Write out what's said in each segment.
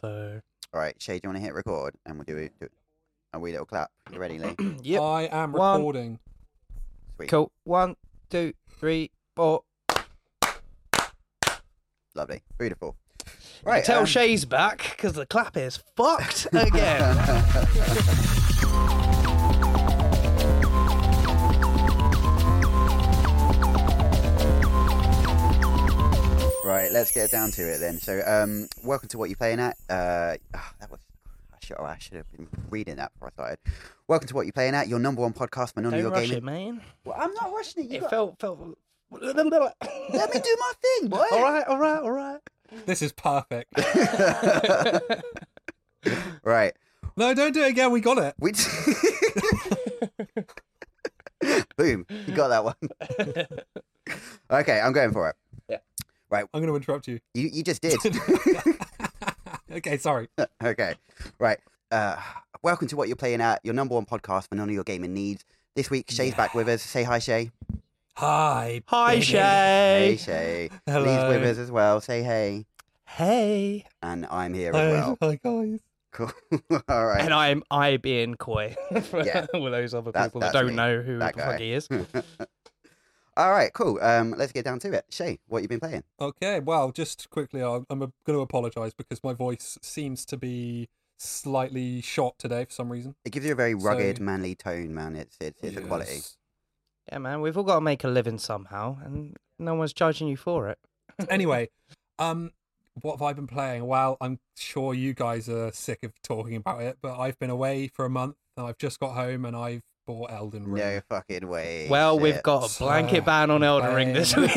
So All right, Shay, do you want to hit record and we'll do it? Do a wee little clap. You ready, Lee? Yep. I am One. recording. Sweet. Cool. One, two, three, four. Lovely. Beautiful. You can um, tell Shay's back because the clap is fucked again. Right, let's get down to it then. So, um, welcome to what you playing at. Uh, ah, that was I should I should have been reading that before I started. Welcome to what you playing at. Your number one podcast, Manana Don't Your rush Gaming. it, man. Well, I'm not rushing it. You It got- felt felt. Let Let me me do my thing, boy. All right, all right, all right. This is perfect. Right. no, don't do it again. We got it. We d- Boom. You got that one. okay, I'm going for it. I'm going to interrupt you. You you just did. okay, sorry. okay. Right. Uh, welcome to what you're playing at, your number one podcast for none of your gaming needs. This week, Shay's back with us. Say hi, Shay. Hi. Hi, baby. Shay. Shay. Hello. Lee's with us as well. Say hey. Hey. And I'm here Hi, as well. hi, guys. Cool. All right. And I'm I being coy for Yeah. all those other That- people that's that don't me. know who That the fuck guy. he is. All right. Cool. Um, let's get down to it. Shay, what you been playing? Okay, well, just quickly, I'll- I'm going to apologize because my voice seems to be slightly shot today for some reason. It gives you a very So- rugged, manly tone, man. It's it's, it's a quality. Yes. Yeah, man, we've all got to make a living somehow, and no one's charging you for it. anyway, um, what have I been playing? Well, I'm sure you guys are sick of talking about it, but I've been away for a month. and I've just got home and I've bought Elden Ring. No fucking way. Well, we've Shit. got a Ah, blanket ban on Elden Ring this Sorry. week.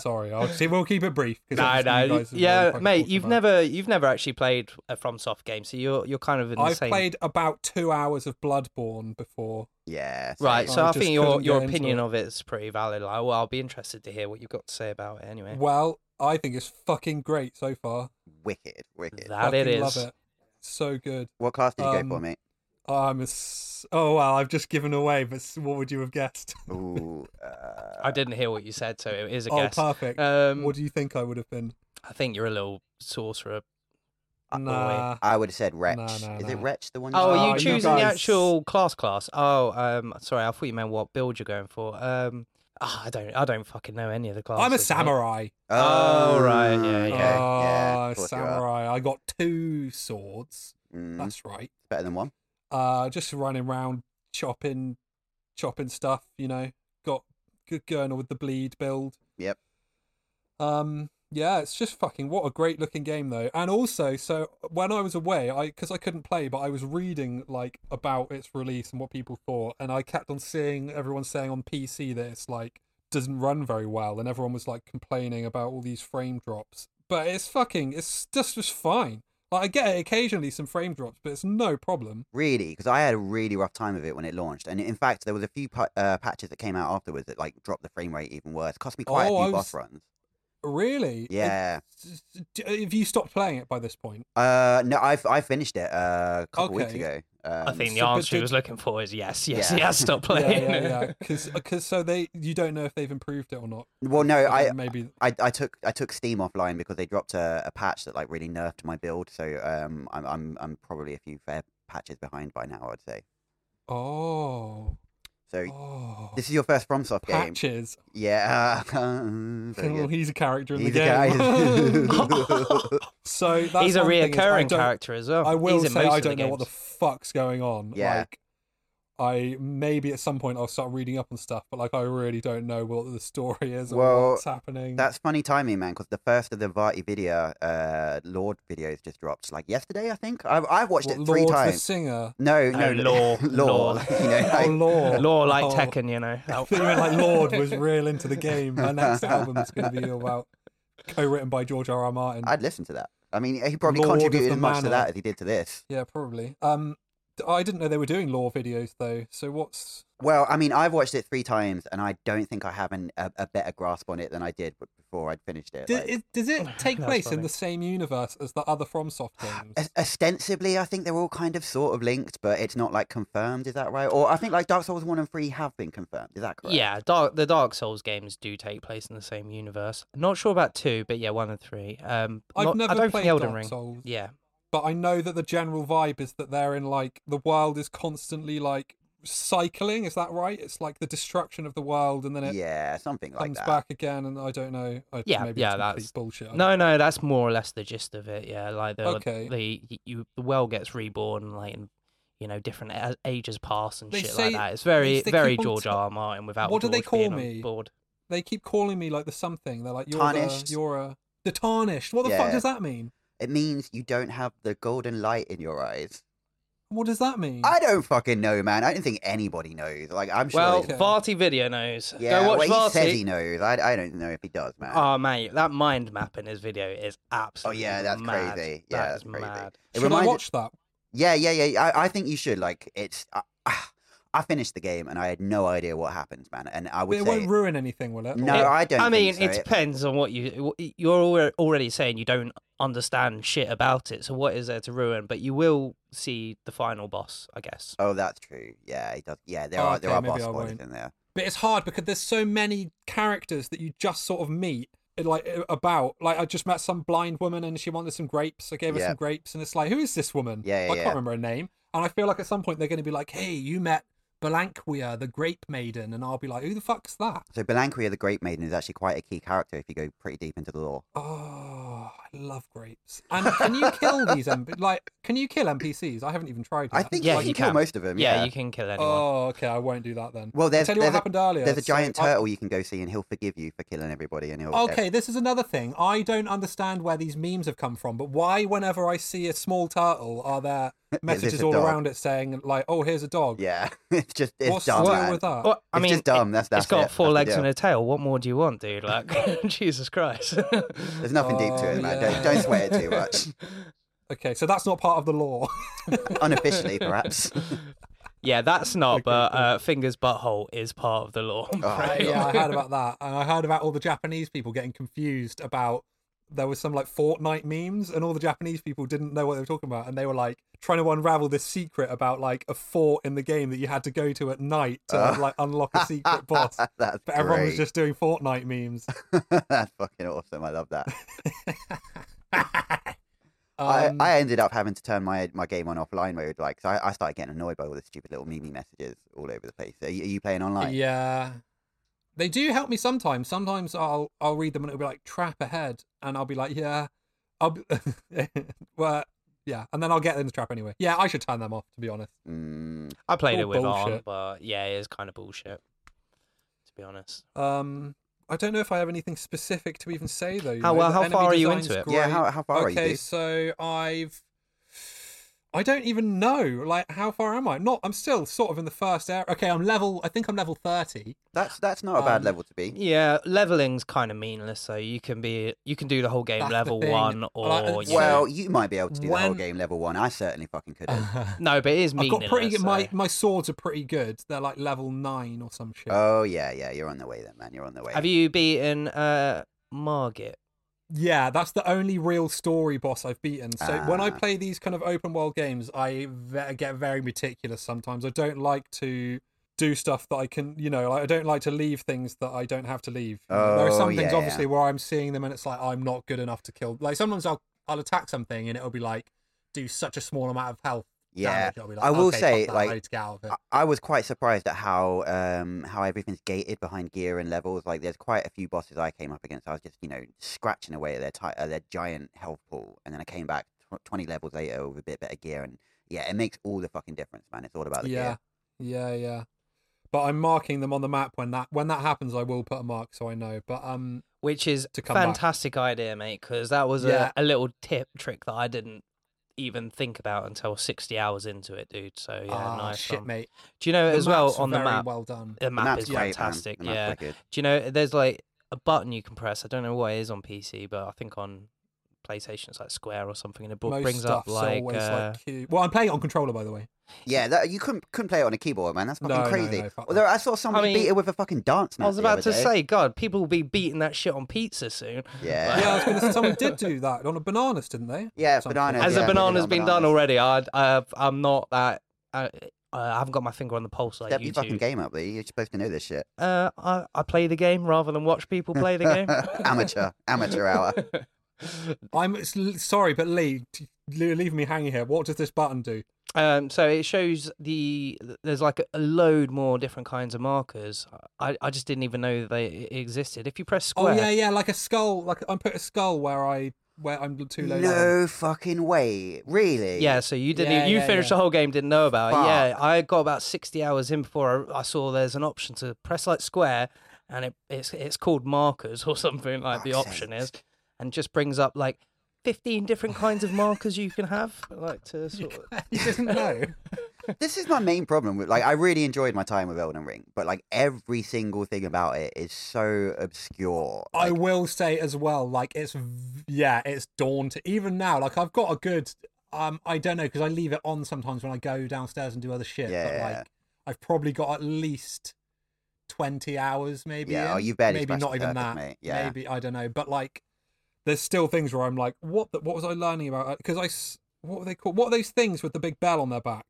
Sorry, I'll see. We'll keep it brief. 'cause No, obviously you no, guys have already yeah, fucking mate, talked you've about it. never, you've never actually played a FromSoft game, so you're, you're kind of in the I've same. played about two hours of Bloodborne before. Yeah. so- right, so so I I, just think your couldn't your get into opinion it. of it is pretty valid. Like, well, I'll be interested to hear what you've got to say about it anyway. Well, I think it's fucking great so far. Wicked. Wicked. that it Fucking is. Love it. So good. What class did you go for, Um, mate? I'm a s- oh well, I've just given away, but s- what would you have guessed? Ooh. Uh, I didn't hear what you said, so it is a Oh, guess. perfect. Um, what do you think I would have been? I think you're a little sorcerer. uh, Nah. I would have said wretch. no, Is it no. wretch the one? Oh, Oh, are you you choosing the guys- actual class class? Oh, um, sorry, I thought you meant what build you're going for. Um, ah, I don't, I don't fucking know any of the classes. I'm a mate. samurai. Oh, right, yeah, okay. yeah. yeah, Ah, of course you are. samurai. I got two swords. Hmm. Mm, That's right. better than one. Uh, just running around chopping, chopping stuff. You know, got good gurnal with the bleed build. Yep. Um, yeah, it's just fucking what a great looking game though. And also, so when I was away, I because I couldn't play, but I was reading like about its release and what people thought, and I kept on seeing everyone saying on PC that it's like doesn't run very well, and everyone was like complaining about all these frame drops. But it's fucking, it's just was fine. Like I get it occasionally some frame drops, but it's no problem. Really, because I had a really rough time of it when it launched, and in fact, there was a few pa- uh, patches that came out afterwards that like dropped the frame rate even worse. Cost me quite Oh, a I few boss was- runs. Really? It- Yeah. s- s- d- Have you stopped playing it by this point? Uh, no, I I finished it uh, a couple weeks ago. Okay. Um, I think the so- but answer he did- was looking for is yes, yes, Yeah. yes. Stop Yeah, playing. yeah, yeah. Because so they, you don't know if they've improved it or not. Well, no, But I, then maybe I I took I took Steam offline because they dropped a, a patch that like really nerfed my build. So um, I'm I'm I'm probably a few fair patches behind by now. I'd say. Oh. So Oh. this is your first FromSoft game. Patches. Yeah. Very Well, good. he's a character in He's a the game. guy. so that's He's a one thing is I reoccurring don't- character as well. I will He's in say most I of the don't know what the games. fuck's going on. Yeah. Like I maybe at some point I'll start reading up on stuff, but like I really don't know what the story is or Well, what's happening. That's funny timing, man, because the first of the Vati video, uh, Lord videos just dropped like yesterday, I think. I've, I've watched what, it three Lord the times. singer. No, no, No, Lore. Lore. Lore. like, you know, Oh like- Lord. Uh, Law like Oh. Tekken, you know. I thought you meant like Lord was real into the game. Her next album is going to be all about co-written by George R. R. Martin. I'd listen to that. I mean, he probably Lord of contributed the as much to Manor. that as he did to this. Yeah, probably. Um, I didn't know they were doing lore videos though. So what's Well, I mean, I've watched it three times, and I don't think I have an, a, a better grasp on it than I did before I'd finished it. Do- like- is- does it take That's place in funny. the same universe as the other FromSoft games? Os- Ostensibly, I think they're all kind of sort of linked, but it's not like confirmed. Is that right? Or I think like Dark Souls one and three have been confirmed. Is that correct? Yeah, dark, the Dark Souls games do take place in the same universe. Not sure about two, but yeah, one and three. Um, I've not- never I don't played think Elden Dark Ring. Souls, Yeah, but I know that the general vibe is that they're in like the world is constantly like cycling. Is that right? It's like the destruction of the world, and then it Yeah, something like comes that. back again. And I don't know. I, Yeah, maybe yeah, it's complete that's- bullshit. I No, no, that's more or less the gist of it. Yeah, like the Okay. the y- you the world gets reborn, like and you know different a- ages pass and They shit say- like that. It's very they very keep on George t- R. R. Martin without What do they George being call on me? Board. they keep calling me like the something. They're like you're the, Tarnished? you're a the tarnished. What the Yeah. fuck does that mean? It means you don't have the golden light in your eyes. What does that mean? I don't fucking know, man. I don't think anybody knows. Like I'm sure. Well, they- Okay. Varty video knows. yeah, Go watch well, Varty. he says he knows. I, I don't know if he does, man. Ah, Oh mate, that mind map in his video is absolutely Oh, yeah, that's mad. crazy. Yeah, That that's is crazy. mad. it Should reminds I watch that? Yeah, yeah, yeah. I, I think you should. Like, it's. I, I finished the game and I had no idea what happens, man. And I would It say won't ruin anything, will it? no. It- I don't. I mean, think so. it depends on what you wh- you're alre- already saying. You don't understand shit about it, so what is there to ruin? But you will see the final boss, I guess. Oh, that's true. Yeah, it does. Yeah, there Oh, are there okay, are maybe boss I spoilers won't. in there. but it's hard because there's so many characters that you just sort of meet like about like i just met some blind woman and she wanted some grapes i gave her Yeah. some grapes and it's like who is this woman Yeah, yeah, i can't yeah. remember her name and i feel like at some point they're going to be like hey you met Belanquia, the grape maiden and i'll be like who the fuck's that So Belanquia the Great Maiden is actually quite a key character if you go pretty deep into the lore. oh i love grapes and can you kill these MP- like can you kill npcs i haven't even tried I yet. think Yeah, like, you you kill can. most of them. Yeah, Um, Yeah. you can kill anyone. oh okay i won't do that then Well, there's I'll tell you there's what happened a, earlier there's a So giant I- turtle you can go see and he'll forgive you for killing everybody and he'll. Okay, this is another thing. I don't understand where these memes have come from, but why, whenever I see a small turtle, are there messages a all dog? around it saying like, "Oh, here's a dog"? Yeah, it's just it's What's dumb. the man. deal with that? Well, I It's mean, just dumb. it- That's- that's it's got it. four That's the legs and deal. a tail. What more do you want, dude? Like, Jesus Christ. There's nothing deep to Oh, it, man. yeah. Don't don't sweat it too much. Okay, so that's not part of the law. Unofficially, perhaps. yeah, that's not. Okay, but cool. uh, fingers butthole is part of the law. I'm Oh, afraid. yeah, I heard about that, and I heard about all the Japanese people getting confused about. There was some like Fortnite memes, and all the Japanese people didn't know what they were talking about, and they were like trying to unravel this secret about like a fort in the game that you had to go to at night to Oh. like unlock a secret boss. that's But everyone was great. just doing Fortnite memes. that's fucking awesome. I love that. I, Um, I ended up having to turn my my game on offline mode, like, 'cause I, I started getting annoyed by all the stupid little meme messages all over the place. Are you, are you playing online? Yeah. They do help me sometimes. Sometimes I'll I'll read them and it'll be like trap ahead and I'll be like, yeah. I'll be, well, yeah, and then I'll get in the trap anyway. Yeah, I should turn them off to be honest. Mm, I played all it with on, bullshit. but yeah, it is kind of bullshit. To be honest. Um I don't know if I have anything specific to even say though. you How- know, well, the how enemy far are you design's into it? yeah, great. how, how far are okay, you? dude? so I've I don't even know like how far am I? Not I'm still sort of in the first area. Okay, I'm level I think I'm level 30. That's that's not a bad um, level to be. Yeah, leveling's kind of meaningless. So you can be, you can do the whole game That's the level thing. one, or Well, I- you know- Well, you might be able to do the whole when- game level one. I certainly fucking couldn't. no, but it is I've meaningless. eh? got pretty good. My, so- my swords are pretty good. They're like level nine or some shit. oh yeah, yeah, you're on the way then, man. You're on the way. Have you beaten uh, Margit? yeah, that's the only real story boss I've beaten. So when I Ah. play these kind of open world games, I ve- get very meticulous sometimes. I don't like to do stuff that I can, you know, like, I don't like to leave things that I don't have to leave. You know, there are Oh, some yeah, things yeah. obviously where I'm seeing them and it's like I'm not good enough to kill. Like sometimes I'll I'll attack something and it'll be like do such a small amount of health. yeah, damage. I'll be I will "Okay, fuck say, that, like, uh, I need to get out of it. I, I was quite surprised at how um how everything's gated behind gear and levels. Like, there's quite a few bosses I came up against. I was just you know scratching away at their ti- at their giant health pool, and then I came back tw- twenty levels later with a bit better gear, and yeah, it makes all the fucking difference, man. It's all about the yeah gear. yeah yeah but i'm marking them on the map when that when that happens i will put a mark so i know but um which is to a come back. fantastic idea, mate. Because that was Yeah. a, a little tip trick that I didn't even think about until 60 hours into it, dude. So yeah, ah, nice. shit one. mate Do you know The as well maps were on the very map? well done The The map map's is great, man. fantastic. The map's yeah. quite good. Do you know there's like a button you can press? I don't know what it is on PC, but I think on PlayStation. It's like Square or something, and it brought, Most brings up stuff's like, always uh, like cute. Well, I'm playing it on controller, by the way. Yeah, that, you couldn't couldn't play it on a keyboard, man. That's fucking No, no, crazy. no, fuck Although I saw somebody mean, beat it with a fucking dance. I was mat the about other to day. say, God, people will be beating that shit on pizza soon. Yeah. Yeah, I was going to say someone did do that on a bananas, didn't they? Yeah, Something. bananas. As yeah, a put it banana's on been done bananas. already, I, I I'm not that. I, I haven't got my finger on the pulse like Step you your do. fucking game up, there. You're supposed to know this shit. Uh, I, I play the game rather than watch people play the game. amateur, amateur hour. I'm s- l- sorry, but Lee, t- le- leave me hanging here. What does this button do? Um, so it shows the there's like a load more different kinds of markers. I, I just didn't even know they e- existed. If you press square, Oh yeah, yeah, like a skull. Like I'm put a skull where I where I'm too low. down. No fucking way, really. yeah, so you didn't Yeah, you yeah, finished yeah. the whole game, didn't know about it. Yeah, I got about sixty hours in before I, I saw there's an option to press like square, and it it's it's called markers or something like the Fuck's option sakes. is, and just brings up like fifteen different kinds of markers you can have, like to sort of. you didn't know. This is my main problem with like I really enjoyed my time with Elden Ring, but like every single thing about it is so obscure. I Like, will say as well, like it's v- yeah, it's daunting. Even now, like I've got a good um, I don't know because I leave it on sometimes when I go downstairs and do other shit. Yeah, but yeah, like I've probably got at least twenty hours, maybe. Yeah, oh, in. you've barely maybe scratched not the even surface, that. mate. Yeah. Maybe I don't know, but like there's still things where I'm like, what? The, what was I learning about? Because I s- what were they called? What are those things with the big bell on their back?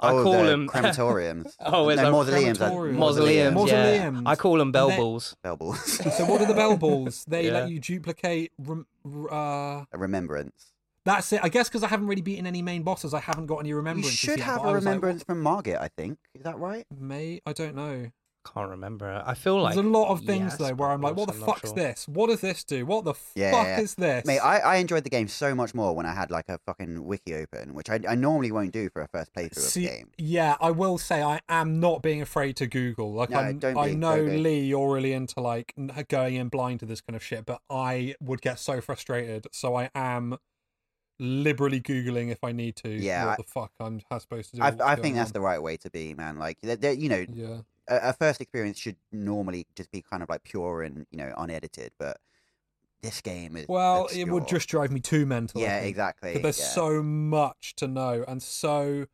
I oh, call the them crematoriums. Oh, is no, that- mausoleums. uh, Crematoriums. mausoleums. Mausoleums. Yeah. I call them bell And they- balls. Bell balls. So what are the bell balls? They Yeah. let you duplicate. Rem- r- uh, a remembrance. That's it. I guess because I haven't really beaten any main bosses, I haven't got any You remembrances. should yet, have but a I was like, remembrance from Margit, I think. Is that right? "What, mate, I don't know. Can't remember. I feel like There's a lot of things yes, though where I'm like, but what the I'm not fuck's sure. this? What does this do? What the Yeah, fuck yeah. is this? Mate, I, I enjoyed the game so much more when I had like a fucking wiki open, which I, I normally won't do for a first playthrough See, of the game. yeah, I will say I am not being afraid to Google. Like, No, I'm, don't I be, know don't be. Lee, you're really into like n- going in blind to this kind of shit, but I would get so frustrated. So I am liberally googling if I need to. Yeah, what I- the fuck I'm supposed to do? I, what's I going think that's on. the right way to be, man. Like, th th- you know, yeah. a, a first experience should normally just be kind of like pure and you know unedited, but this game is Well, it would obscure. just drive me too mental. I yeah, think. exactly. But there's yeah. so much to know and so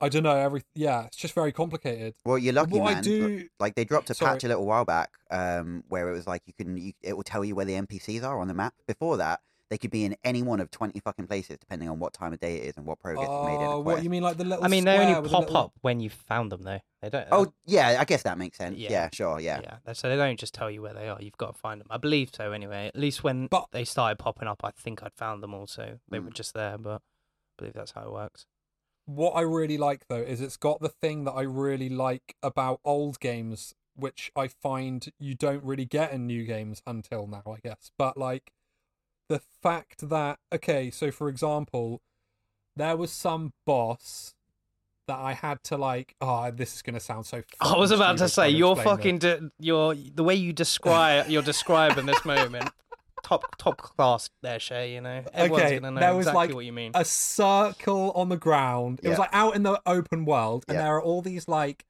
I don't know every yeah it's just very complicated. well, you're lucky, what man. I do Like they dropped a patch a Sorry. little while back, um, where it was like you can you, it will tell you where the NPCs are on the map. Before that, they could be in any one of twenty fucking places, depending on what time of day it is and what progress you made. In uh, the what quest. you mean like the little I mean, they square only with pop the little- up when you found them, though. They don't. Oh yeah, I guess that makes sense. Yeah, Yeah. sure, yeah. yeah. So they don't just tell you where they are. You've got to find them. I believe so, anyway. At least when But- Hmm. they started popping up, I think I'd found them all. So they were Mm. just there, but I believe that's how it works. What I really like though is it's got the thing that I really like about old games which I find you don't really get in new games until now I guess. But like the fact that okay, so for example, there was some boss that I had to like. Oh, this is gonna sound so. I was fucking about to stupid say trying your explain this. fucking de- your the way you describe you're describing this moment. Top top class there, Shay. You know, everyone's Okay, gonna know there was, exactly like, what you mean. a circle on the ground. It was Yeah. like out in the open world, and Yeah. there are all these like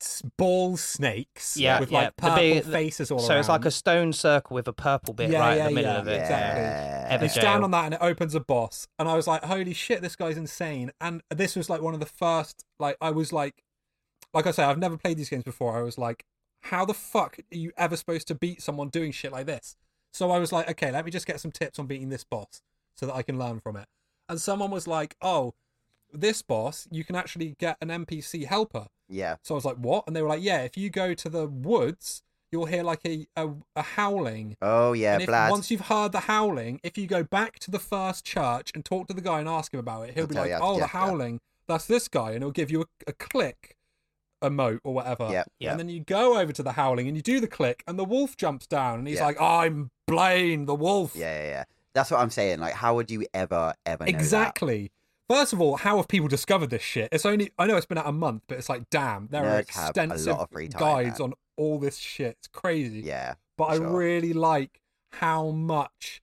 s- ball snakes Yeah, with yeah. like The purple big- the- faces all so around. it's like a stone circle with a purple bit Yeah, right yeah, in the middle yeah, of it. exactly. Yeah. Ever you stand jail. on that and it opens a boss and i was like holy shit this guy's insane and this was like one of the first like i was like like i say i've never played these games before i was like how the fuck are you ever supposed to beat someone doing shit like this so i was like okay let me just get some tips on beating this boss so that i can learn from it and someone was like oh this boss you can actually get an npc helper Yeah. so I was like, "What?" And they were like, "Yeah, if you go to the woods, you'll hear like a a, a howling, Oh yeah, and if, Blad. once you've heard the howling, if you go back to the first church and talk to the guy and ask him about it, he'll He'll be tell like, you how to "Oh, the get there." howling, that's this guy," and he'll give you a, a click, emote or whatever. Yeah, Yeah. And then you go over to the howling and you do the click, and the wolf jumps down, and he's Yeah. like, "I'm Blaine, the wolf." yeah, yeah, yeah. That's what I'm saying. Like, how would you ever, ever know that? exactly. First of all, how have people discovered this shit? It's only I know it's been out a month, but it's like, damn, there are Nerds have a lot extensive of free time, guides man. on all this shit. It's crazy. Yeah. but I Sure. really like how much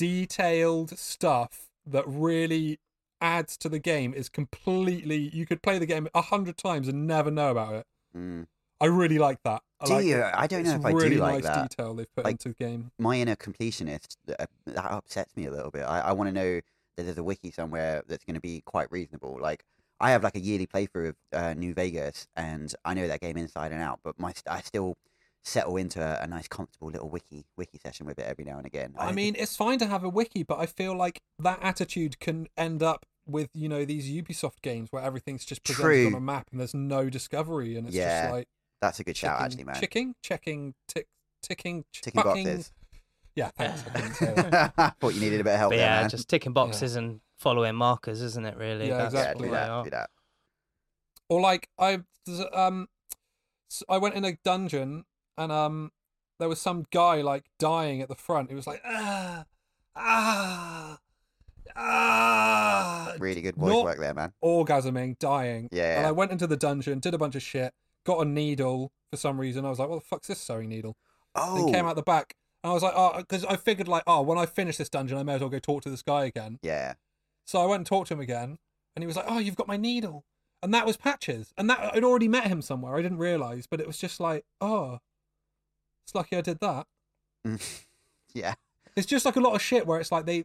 detailed stuff that really adds to the game is completely you could play the game a hundred times and never know about it. Mm. I really like that. I do like you? it. I don't know it's if I do really like nice that. detail they've put Like- into the game. My inner completionist that, that upsets me a little bit. I, I want to know that there's a wiki somewhere that's going to be quite reasonable. Like I have like a yearly playthrough of uh, New Vegas, and I know that game inside and out. But my st- I still settle into a, a nice, comfortable little wiki wiki session with it every now and again. I don't think- mean, it's fine to have a wiki, but I feel like that attitude can end up with you know these Ubisoft games where everything's just presented on True. a map and there's no discovery, and it's Yeah. just like that's a good checking, shout, actually, man. checking, checking, tick, ticking, ch- Ticking fucking- boxes. Yeah, thanks. I couldn't say that. I thought you needed a bit of help But there, yeah, man. just ticking boxes and following markers, isn't it? Really, Yeah, That's yeah, exactly do what they that, are. do that. or like I there's a- um s- I went in a dungeon and um there was some guy like dying at the front. He was like ah ah ah Really good voice Not- work there, man. orgasming, dying. Yeah, And yeah. I went into the dungeon, did a bunch of shit, got a needle for some reason. I was like, what the fuck's this sewing needle? Oh, Then came out the back. And I was like, oh, because I figured like, oh, when I finish this dungeon, I may as well go talk to this guy again. yeah. So I went and talked to him again, and he was like, "Oh, you've got my needle," and that was Patches, and that I'd already met him somewhere. I didn't realize, but it was just like, "Oh, it's lucky I did that." yeah. It's just like a lot of shit where it's like they,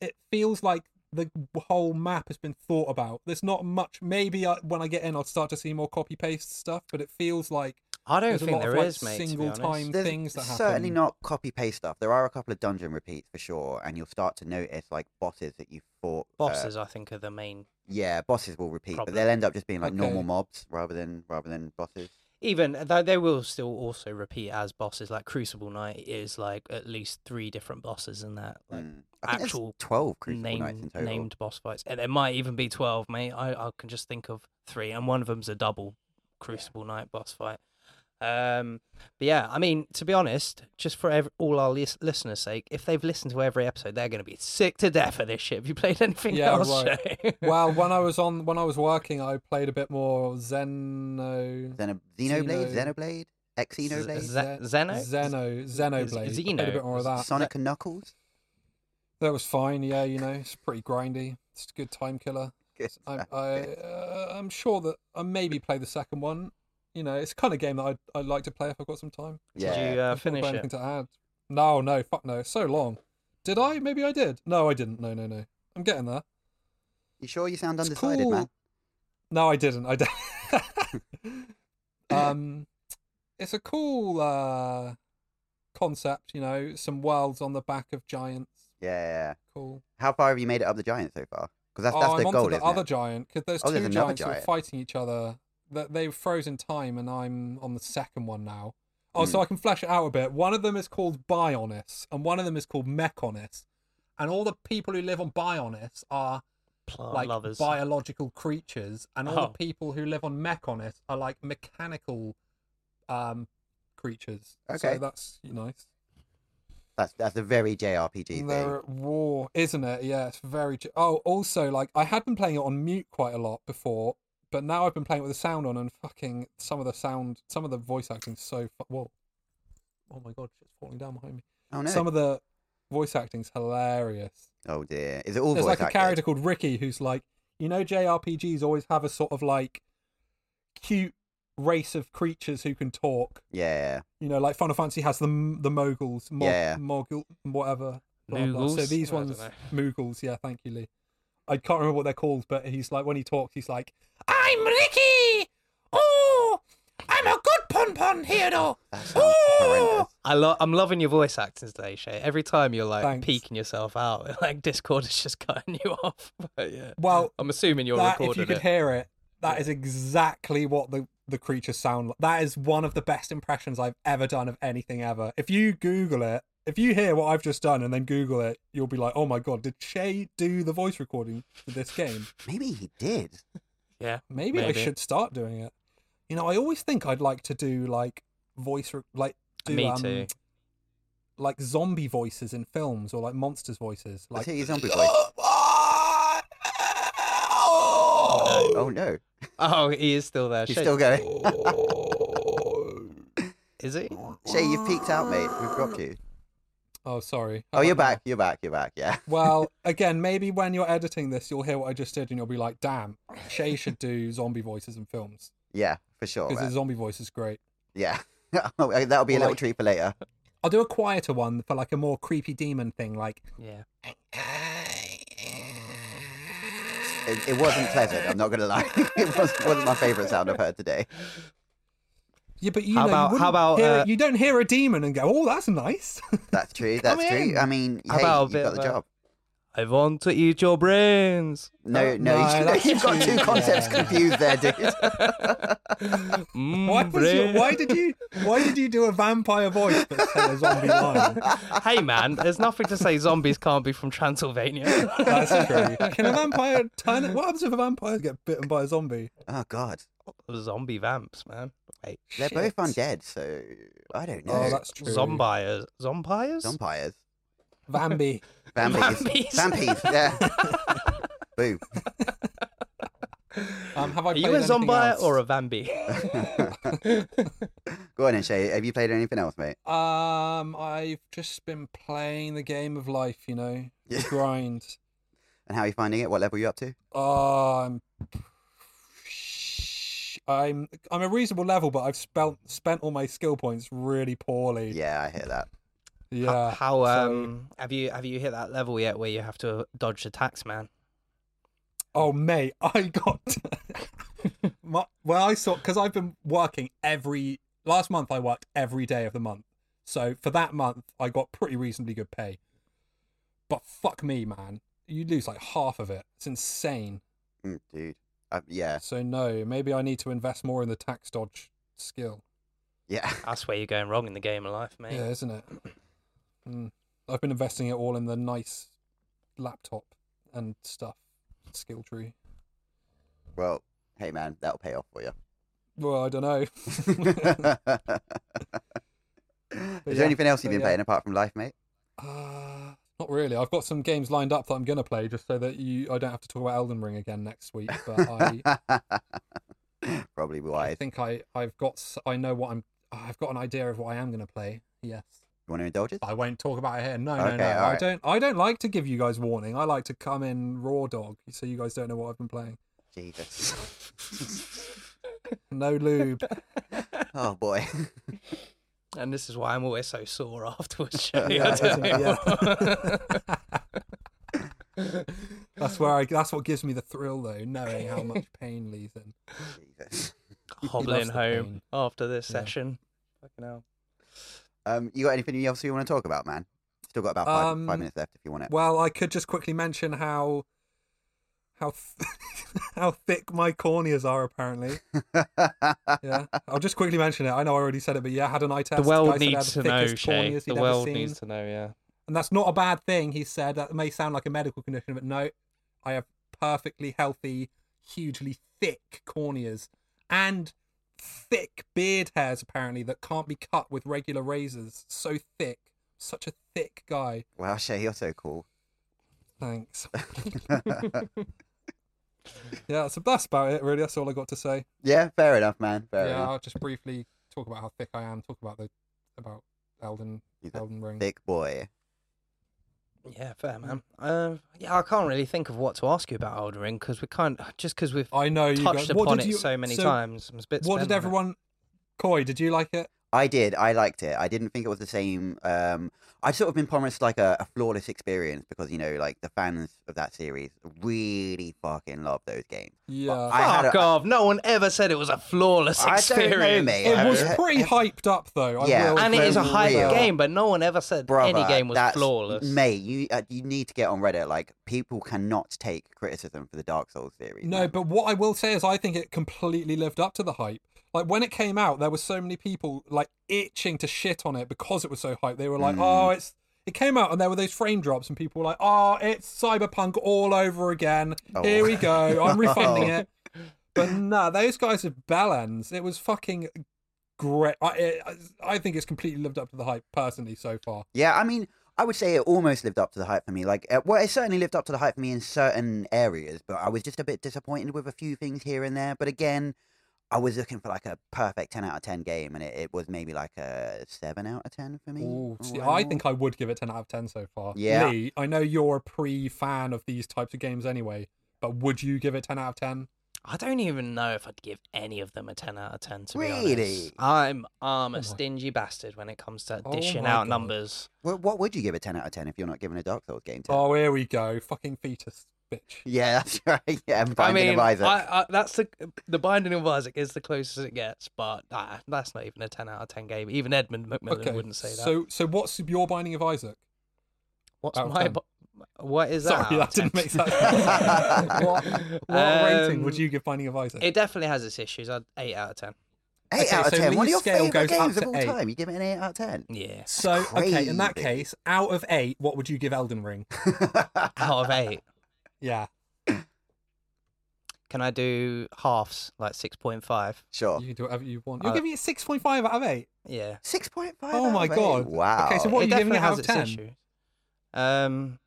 it feels like the whole map has been thought about. There's not much. Maybe I, when I get in, I'll start to see more copy paste stuff, but it feels like I don't there's a think lot there of like is, mate. to be single honest. time There's things that certainly happen. not copy paste stuff. There are a couple of dungeon repeats for sure, and you'll start to notice like bosses that you fought. uh, bosses, I think, are the main. yeah, bosses will repeat, but Problem. they'll end up just being like normal Okay. mobs rather than rather than bosses. Even though they will still also repeat as bosses, like Crucible Knight is like at least three different bosses in that, like Mm. I think there's actual twelve crucible knights in named total. named boss fights, and it might even be twelve, mate. I, I can just think of three, and one of them's a double Crucible Knight boss fight. Um, but yeah, I mean, to be honest, just for ev- all our lis- listeners' sake, if they've listened to every episode, they're going to be sick to death of this shit. Have you played anything Yeah, else? right. Shay? well, when I was on when I was working, I played a bit more Zeno. Xeno- Xenoblade, Xeno- Xenoblade, Z- Exenoblade, Z- Zeno? Zeno, Xenoblade. I Played a Xeno. bit more of that. Sonic and Knuckles. That was fine. Yeah, you know, it's pretty grindy. It's a good time killer. Good I, stuff, I good. uh, I'm sure that I maybe play the second one. You know, it's the kind of game that I'd, I'd like to play if I've got some time. Did yeah. you uh, I've not got finish anything it? to add? No, no, fuck no. It's so long. Did I? Maybe I did. No, I didn't. No, no, no. I'm getting there. You sure you sound It's undecided, man? No, I didn't. I didn't. um, it's a cool uh, concept. You know, some worlds on the back of giants. Yeah, yeah. yeah. Cool. How far have you made it up the giant so far? Because that's, oh, that's I'm the onto goal, the isn't other it? giant because there's Oh, two there's another giants that are giant. fighting each other. That they've frozen time, and I'm on the second one now. Oh, Hmm. so I can flesh it out a bit. One of them is called Bionis, and one of them is called Mechonis. And all the people who live on Bionis Oh, are Plant like lovers. biological creatures, and all Oh. the people who live on Mechonis are like mechanical um, creatures. Okay. so that's nice. That's that's a very JRPG thing. They're at war, isn't it? Yeah, it's very. j- Oh, also, like I had been playing it on mute quite a lot before, but now I've been playing it with the sound on, and fucking some of the sound, some of the voice acting so. Fu- Whoa! Oh my god, shit's falling down behind me. Oh no! Some of the voice acting's hilarious. Oh dear! Is it all There's voice like a acted? character called Ricky who's like, you know, JRPGs always have a sort of like cute race of creatures who can talk. Yeah. You know, like Final Fantasy has the m- the moguls, mog, Yeah. mogul, whatever. blah, blah. So Moogles? these I don't ones, know. moguls. Yeah, thank you, Lee. I can't remember what they're called, but he's like when he talks, he's like, "I'm Ricky. Oh, I'm a good pon pon here, though. That sounds Oh, horrendous. I lo- I'm loving your voice acting today, Shay. Every time you're like Thanks. peeking yourself out, like Discord is just cutting you off. But yeah, well, I'm assuming you're that, if recording you could it. hear it, that is exactly what the the creatures sound like. That is one of the best impressions I've ever done of anything ever. If you Google it, if you hear what I've just done and then Google it, you'll be like, "Oh my god, did Shay do the voice recording for this game?" Maybe he did. yeah, Maybe, I Maybe. should start doing it. You know, I always think I'd like to do like voice, re- like do me um, too. like zombie voices in films or like monsters voices. Let's Like, hear your zombie voice. Oh no! Oh, he is still there. He's Shay. still going. Is he? Shay, you've peeked out, mate. We've dropped you. oh, sorry. How Oh, you're about now? back. You're back. You're back. Yeah. Well, again, maybe when you're editing this, you'll hear what I just did, and you'll be like, "Damn, Shay should do zombie voices in films Yeah, for sure. because man. his zombie voice is great." Yeah. Oh, That'll be a Or, little like- treat for later. I'll do a quieter one for like a more creepy demon thing. Like, Yeah. It, it wasn't pleasant. I'm not gonna lie. it was, wasn't my favorite sound I've heard today. yeah, but you How know, about- you, how wouldn't about, hear, uh, Hmm, you don't hear a demon and go, "Oh, that's nice." That's true. That's true. in. I mean, How hey, about a you've bit got the of a- job. I want to eat your brains. No, Oh, no, no, you, that's you've got too- two concepts yeah. confused there, dude. Mm, why was your, brains. why did you why did you do a vampire voice but say a zombie line? hey man, there's nothing to say zombies can't be from Transylvania. That's true. Can a vampire turn? What happens if a vampire gets bitten by a zombie? Oh God, Zombie vamps, man. Wait, they're shit. both undead, so I don't know. Oh, that's true. Zombiers. Zombiers? Vampires, Vambi. vampires, Vampies. vampires. Yeah. Boo. Um, have I Are played you a anything zombie else? or a vambi? Go on and Shay. Have you played anything else, mate? Um, I've just been playing the game of life, you know, the Yeah. grind. And how are you finding it? What level are you up to? Um, I'm I'm a reasonable level, but I've spent spent all my skill points really poorly. Yeah, I hear that. How, yeah. how so- um have you have you hit that level yet where you have to dodge attacks, man? Oh, mate, I got my, when I saw because I've been working every last month. I worked every day of the month, so for that month I got pretty reasonably good pay. But fuck me, man, you lose like half of it. It's insane. Mm, dude. Uh, yeah, So no, maybe I need to invest more in the tax dodge skill. yeah. That's where you're going wrong in the game of life, mate. Yeah, isn't it? Mm. I've been investing it all in the nice laptop and stuff skill tree. Well, hey, man, that'll pay off for you. Well, I don't know. Is yeah, there anything else you've but been yeah. playing apart from life, mate? Uh, not really. I've got some games lined up that I'm gonna play just so that you I don't have to talk about Elden Ring again next week. But I, Probably I wise. think I I've got s- I know what I'm I've got an idea of what I am gonna play. Yes, You want to indulge us? But I won't talk about it here. No, no, Okay, no. I alright. don't. I don't like to give you guys warning. I like to come in raw dog, so you guys don't know what I've been playing. Jesus. No lube. Oh boy. And this is why I'm always so sore afterwards, Shelly. Yeah, I tell isn't it? you what. That's where I. That's what gives me the thrill, though, knowing how much pain Lee's in. Jesus. Hobbling the home pain. after this Yeah. session. Fucking hell. Um, you got anything else you want to talk about, man? Still got about five, Um, five minutes left if you want it. Well, I could just quickly mention how how th- how thick my corneas are. Apparently, yeah. I'll just quickly mention it. I know I already said it, but yeah, I had an eye test. The world guy said I needs to had the know, thickest Shay. corneas The he'd ever world seen. needs to know, yeah. and that's not a bad thing. He said that may sound like a medical condition, but no, I have perfectly healthy, hugely thick corneas and thick beard hairs apparently that can't be cut with regular razors. So thick, such a thick guy. wow, Shay, you're so cool. Thanks. yeah, so that's about it. Really, that's all I got to say. yeah, fair enough, man. Fair yeah, enough. I'll just briefly talk about how thick I am. Talk about the about Elden He's a Elden Ring. thick boy. Yeah, fair man. Um, yeah, I can't really think of what to ask you about Elden Ring because we can't just because we've I know Oh, you touched guys. upon What did it you so many so times. I'm a bit What spent did on it. everyone? Coy, did you like it? I did. I liked it. I didn't think it was the same. Um, I've sort of been promised like a, a flawless experience because you know, like the fans of that series really fucking love those games. Yeah. I had Fuck a- off! No one ever said it was a flawless I don't know, experience. mate. it I was don't- pretty hyped up though. I Yeah. will And it is a admit. hype Real. game, but no one ever said any Brother, game was that's- flawless. Mate, you uh, you need to get on Reddit. Like people cannot take criticism for the Dark Souls series. No, man. but what I will say is I think it completely lived up to the hype. Like when it came out, there were so many people like itching to shit on it because it was so hype. They were like, Mm. "Oh, it's." It came out and there were those frame drops, and people were like, "Oh, it's Cyberpunk all over again. Oh. Here we go. I'm refunding Oh. it." But nah, those guys are bellends. It was fucking great. I, it, I think it's completely lived up to the hype personally so far. Yeah, I mean, I would say it almost lived up to the hype for me. Like, uh, well, it certainly lived up to the hype for me in certain areas, but I was just a bit disappointed with a few things here and there. But again, I was looking for like a perfect 10 out of 10 game, and it, it was maybe like a 7 out of 10 for me. all Ooh, see, in I all. think I would give it 10 out of 10 so far. Yeah. Lee, I know you're a pre fan of these types of games anyway, but would you give it 10 out of 10? I don't even know if I'd give any of them a 10 out of 10 to be Really? honest. I'm I'm Oh my- a stingy bastard when it comes to Oh dishing my out God. numbers. Well, what would you give a 10 out of 10 if you're not giving a Dark Souls game 10? Oh, here we go. Fucking fetus, bitch. Yeah, that's right. Yeah, I'm finding I mean, of Isaac. I, I, that's the the Binding of Isaac is the closest it gets, but nah, that's not even a 10 out of 10 game. Even Edmund McMillan Okay. wouldn't say that. So, so what's your Binding of Isaac? What's out of my 10? bo- what is that? Sorry, out that of didn't 10? make sense. what what rating would Um, you give Binding of Isaac? It definitely has its issues. I'd, 8 out of 10. 8 okay, out of so 10. One of Lee's your scale favorite goes up games of to all eight. time. You give it an 8 out of 10. Yeah. so, okay, in that crazy. case, out of eight, what would you give Elden Ring? Out of 8. Yeah, Can I do halves, like 6.5? sure. you can do whatever you want. You're Uh, giving it 6.5 out of eight. Yeah. 6.5. Oh out my of eight. God. Wow. Okay, so what- are it you giving definitely it out has of its 10? issues. Um,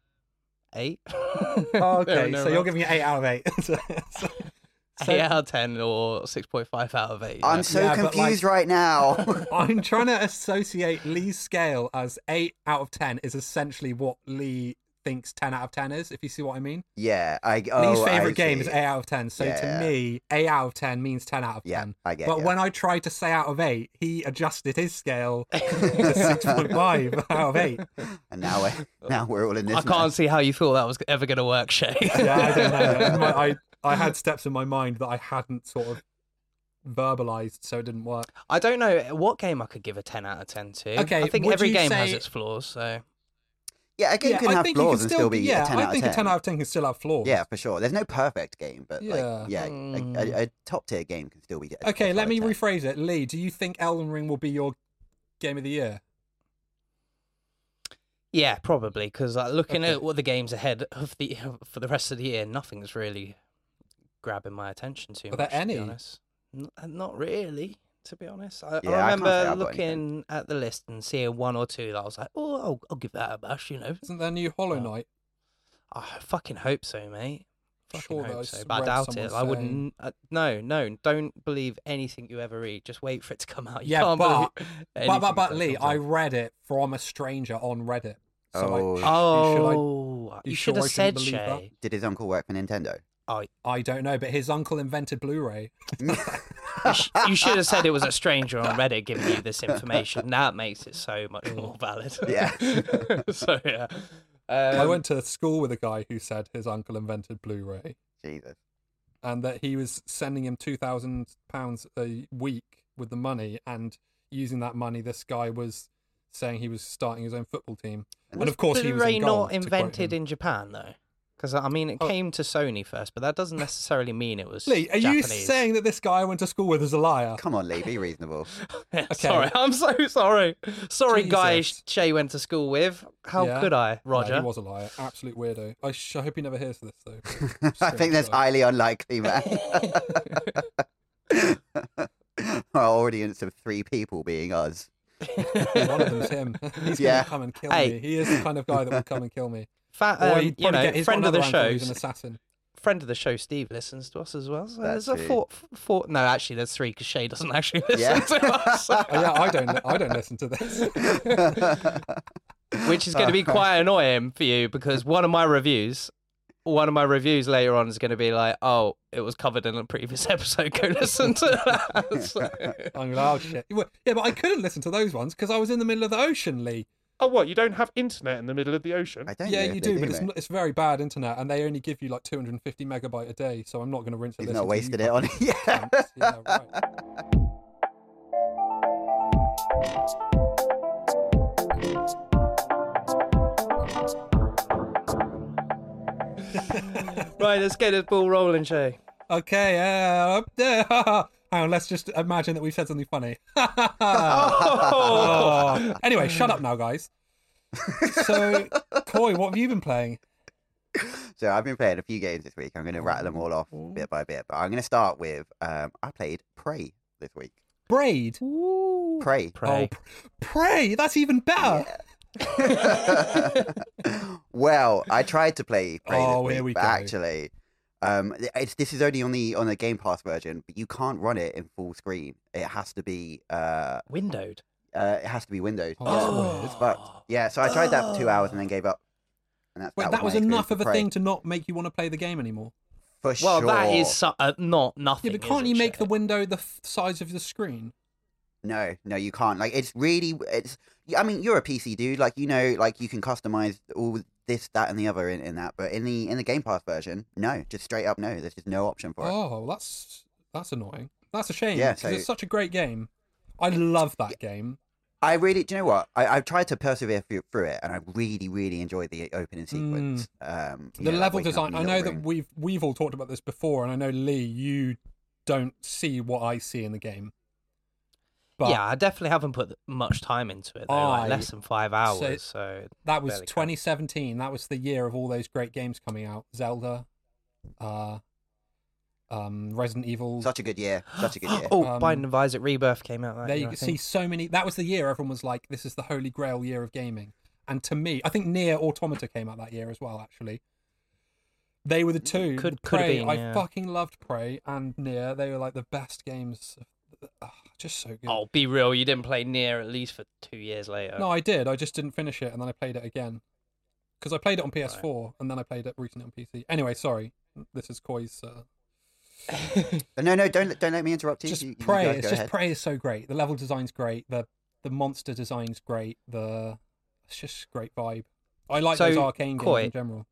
eight. Oh, There okay, are no so you're wrong- giving it eight out of eight. so, so- eight out of ten or six point five out of eight. I'm yeah. so Yeah, but, like- confused right now. I'm trying to associate Lee's scale as eight out of ten is essentially what Lee thinks ten out of ten is. If you see what I mean. yeah, I. Oh, Lee's I favorite game is see. eight out of ten. So Yeah. to me, eight out of ten means ten out of Yeah, ten. I get But ya. when I tried to say out of eight, he adjusted his scale to six point five out of eight. And now we're, now we're all in this. I can't see how you thought that was ever going to work, Shay. Yeah, I don't know. In my- I I had steps in my mind that I hadn't sort of verbalized, so it didn't work. I don't know what game I could give a ten out of ten to. Okay, I think would every you game has say- its flaws. So Yeah, a game yeah, can I have think you flaws can and still be yeah, a 10 I out think of 10. a ten out of ten can still have flaws. Yeah, for sure. There's no perfect game, but Yeah. like, yeah, Hmm. a, a, a top tier game can still be. a- Okay, a let solid me 10. rephrase it. Lee, do you think Elden Ring will be your game of the year? yeah, probably because like, looking Okay. at what the games ahead of the for the rest of the year, nothing's really grabbing my attention too Are there much. to be any? honest. N- uh, not really. To be honest, I, Yeah, I I can't say remember I've got anything. looking at the list and seeing one or two that I was like, "Oh, I'll, I'll give that a bash," you know. Isn't there new Hollow Well, Knight? I fucking hope so, mate. Fucking Sure that I hope so, s- but I read doubt someone it. I saying- wouldn't. Uh, no, no, don't believe anything you ever read. Just wait for it to come out. You Yeah, can't but- believe but anything but, but that Lee, comes I out. read it from a stranger on Reddit. So Oh. like, you Oh, you, you should sure I have shouldn't said believe that? Shay. Did his uncle work for Nintendo? I don't know, but his uncle invented Blu-ray. You, sh- you should have said it was a stranger on Reddit giving you this information. That makes it so much more valid. Yeah. so yeah. I Um, went to school with a guy who said his uncle invented Blu-ray Jesus. and that he was sending him two thousand pounds a week with the money, and using that money, this guy was saying he was starting his own football team. and was of course, Blu-ray he was in goal, not to quote invented him. in Japan though, because I mean it Oh. came to Sony first, but that doesn't necessarily mean it was. Lee, are you Japanese. saying that this guy I went to school with is a liar? Come on, Lee, be reasonable. Sorry, I'm so sorry. Sorry, guy Jesus. Shay went to school with. How Yeah. could I, No, Roger? he was a liar. Absolute weirdo. I, sh- I hope he never hears this though. I think that's I. highly unlikely, man. Our audience of three people being us. One of them's him. He's Yeah. gonna come and kill Hey. me. He is the kind of guy that will come and kill me. Fa- Or um, he'd you probably know, get, he's got friend of the another show, uncle who's an assassin. friend of the show, Steve listens to us as well. So That's there's true. a four, four. No, actually, there's three because Shay doesn't actually listen Yeah. to us, Oh, yeah, I don't. I don't listen to this. which is going to Oh, be quite annoying for you because one of my reviews. One of my reviews later on is going to be like, "Oh, it was covered in a previous episode. Go listen to that." So- I'm like, oh shit. Well, Yeah, but I couldn't listen to those ones because I was in the middle of the ocean, Lee. Oh, what? You don't have internet in the middle of the ocean? I don't Yeah, know if you they do, but it's, mate. n- it's very bad internet, and they only give you like 250 megabyte a day. So I'm not going to rinse it. He's not wasted it on. Yeah. cunts. Yeah, right. right, let's get this ball rolling, Shay. Okay, yeah, up there. Hang on, let's just imagine that we've said something funny. Oh. Anyway, shut up now, guys. So, Coy, what have you been playing? So I've been playing a few games this week. I'm going to rattle Oh, them all off bit by bit. But I'm going to start with um, I played Prey this week. Braid. Ooh. Prey. Pray. Oh, pray. That's even better. well, I tried to play Prey Oh, this here week, but we go. actually, um, it's, this is only on the on the Game Pass version, but you can't run it in full screen. It has to be uh, Windowed. uh, it has to be Windows. Oh, yeah. that's weird. It's fucked. Yeah, so I tried that for two hours and then gave up. And that's, Wait, that, was my experience enough of a with Prey. thing to not make you want to play the game anymore. For Well, sure. that is so, uh, not nothing. Yeah, but is can't it, you make the shit? window the f- size of the screen? No, no, you can't. Like, it's really, it's. I mean, you're a PC dude. Like, you know, like you can customize all this, that, and the other in, in that. But in the in the Game Pass version, no, just straight up, no. There's just no option for it. Oh, that's that's annoying. That's a shame. Yeah, 'cause so- it's such a great game. I love that game. I really, do you know what? I, I've tried to persevere through, through it, and I really, really enjoyed the opening sequence. Um, you Hmm. the know, like level waking up in design. the I little know that room. we've we've all talked about this before, and I know Lee, you don't see what I see in the game. But yeah, I definitely haven't put much time into it though, I- like less than five hours. So, that was barely counts. 2017. That was the year of all those great games coming out: Zelda, uh, um, Resident Evil. Such a good year. Such a good year. oh, Um, Binding of Isaac Rebirth came out. That there year, you I could see think. so many. That was the year everyone was like, "This is the holy grail year of gaming." And to me, I think Near Automata came out that year as well. Actually, they were the two. Mm, Could- The could have Prey, been, I yeah. fucking loved Prey and Near. They were like the best games. Ugh, just so good. Oh, be real, you didn't play near at least for two years later. No, I did. I just didn't finish it, and then I played it again because I played it on PS4, and then I played it recently on PC. Anyway, sorry, this is Koi's. Uh, no, no, don't don't let me interrupt you. just you, you pray. guys it's go just ahead. pray is so great. The level design's great. The the monster design's great. The it's just great vibe. I like So, those arcane Koi, games in general.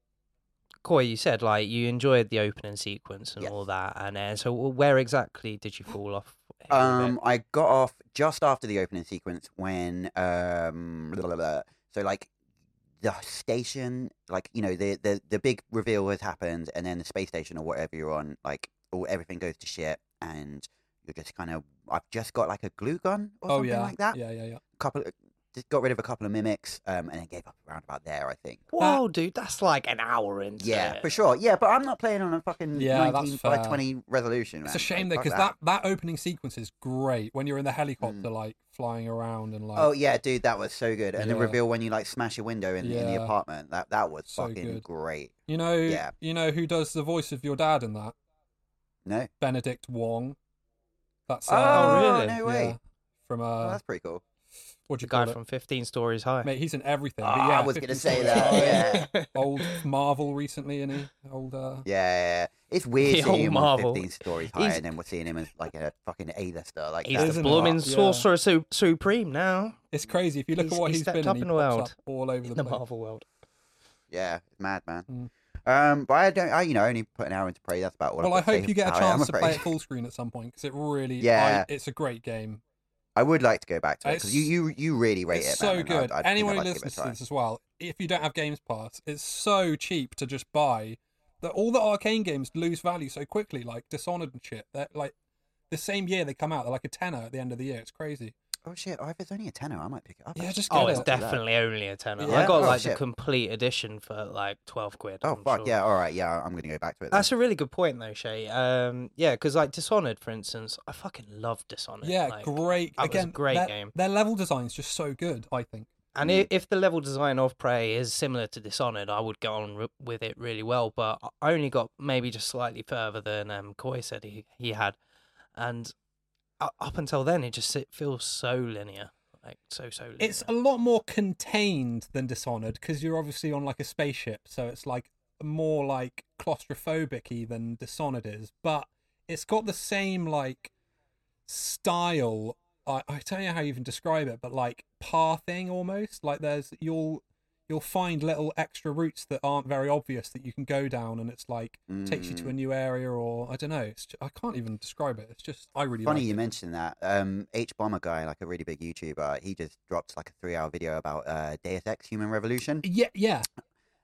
Coy, you said like you enjoyed the opening sequence and Yes. all that, and uh, so where exactly did you fall off? a little bit? Um, I got off just after the opening sequence when um, blah, blah, blah. so like the station, like you know, the the the big reveal has happened, and then the space station or whatever you're on, like all everything goes to shit, and you're just kind of I've just got like a glue gun or oh something yeah, like that. yeah, yeah, yeah. Couple, uh, just got rid of a couple of mimics, um, and then gave up around about there, I think. Whoa, dude, that's like an hour into Yeah, it. for sure. Yeah, but I'm not playing on a fucking Yeah, that's 19 by fair. 20 resolution. It's man. a shame though Like, fuck because that. that opening sequence is great when you're in the helicopter, like flying around and like. Mm. Oh yeah, dude, that was so good. And the Yeah. reveal when you like smash a window in, in the Yeah. apartment, that that was So fucking good. great. You know, yeah. you know who does the voice of your dad in that? No, Benedict Wong. That's uh, Oh, really? no way. yeah, from uh, oh, that's pretty cool. what The do you call guy it? from 15 Stories High. Mate, he's in everything. Ah, but yeah, I was gonna 50 say Stories that. High, Yeah, Old Marvel recently, and he old. Uh, yeah, yeah. It's weird The seeing old him on Marvel. 15 stories high, He's- and then we're seeing him as like a fucking A-lister like He's that. Isn't the it? blooming Yeah. Sorcerer Su- Supreme now It's crazy if you look He's- at what he he's stepped been. up he in the pops world. up all over in the the place. Marvel world. Yeah, it's mad man. Mm. Um, but I don't. I you know only put an hour into play. That's about what. Well, I I've got to hope say you get a about it, Oh, I'm chance to play afraid. it full screen at some point because it really, Yeah. I, it's a great game. I would like to go back to it because you, It's- you you really rate it's it. so man, and I- good. I think I'd Anyone who like to give it a listens to try. this as well, if you don't have Games Pass, it's so cheap to just buy that all the arcane games lose value so quickly, like Dishonored and shit. They're like the same year they come out, they're like a tenner at the end of the year. It's crazy. Oh shit! Oh, if it's only a tenner, I might pick it up. Yeah, actually. just get Oh, it's it. definitely only a tenner. Yeah. I got Oh, like the shit. complete edition for like 12 quid. Oh I'm fuck sure. yeah! All right, yeah, I'm gonna go back to it. then. That's a really good point though, Shay. Um, yeah, because like Dishonored, for instance, I fucking love Dishonored. Yeah, like, great. that was a Again, great their, game. Their level design's just so good. I think. And Mm. i if the level design of Prey is similar to Dishonored, I would go on re- with it really well. But I only got maybe just slightly further than um, Coy said he, he had, and u- up until then, it just it feels so linear, like so so linear. It's a lot more contained than Dishonored because you're obviously on like a spaceship, so it's like more like claustrophobic than Dishonored is, but it's got the same like style. I, I don't know how you even describe it, but like pathing almost. Like there's you'll you'll find little extra routes that aren't very obvious that you can go down, and it's like takes you to a Mm. new area, or I don't know. It's ju- I can't even describe it. It's just I really Funny like you it. mentioned that. Um, H Bomber guy, like a really big YouTuber, he just dropped like a three-hour video about uh, Deus Ex: Human Revolution, Yeah, yeah,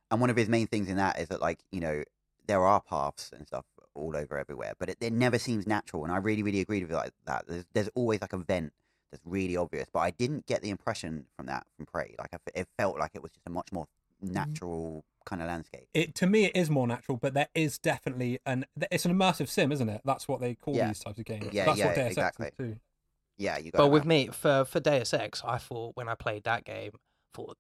and one of his main things in that is that like you know there are paths and stuff all over everywhere, but it, it never seems natural. And I really, really agreed with like that. There's, there's always like a vent that's really obvious, but I didn't get the impression from that from Prey. Like I f it felt like it was just a much more natural kind of landscape. it to me it is more natural, but there is definitely an th- it's an immersive sim, isn't it? That's what they call Yeah. these types of games. Yeah, That's yeah, what Deus exactly. Ex is too. Yeah, you got. but it, man. with me for for Deus Ex, I thought when I played that game, I thought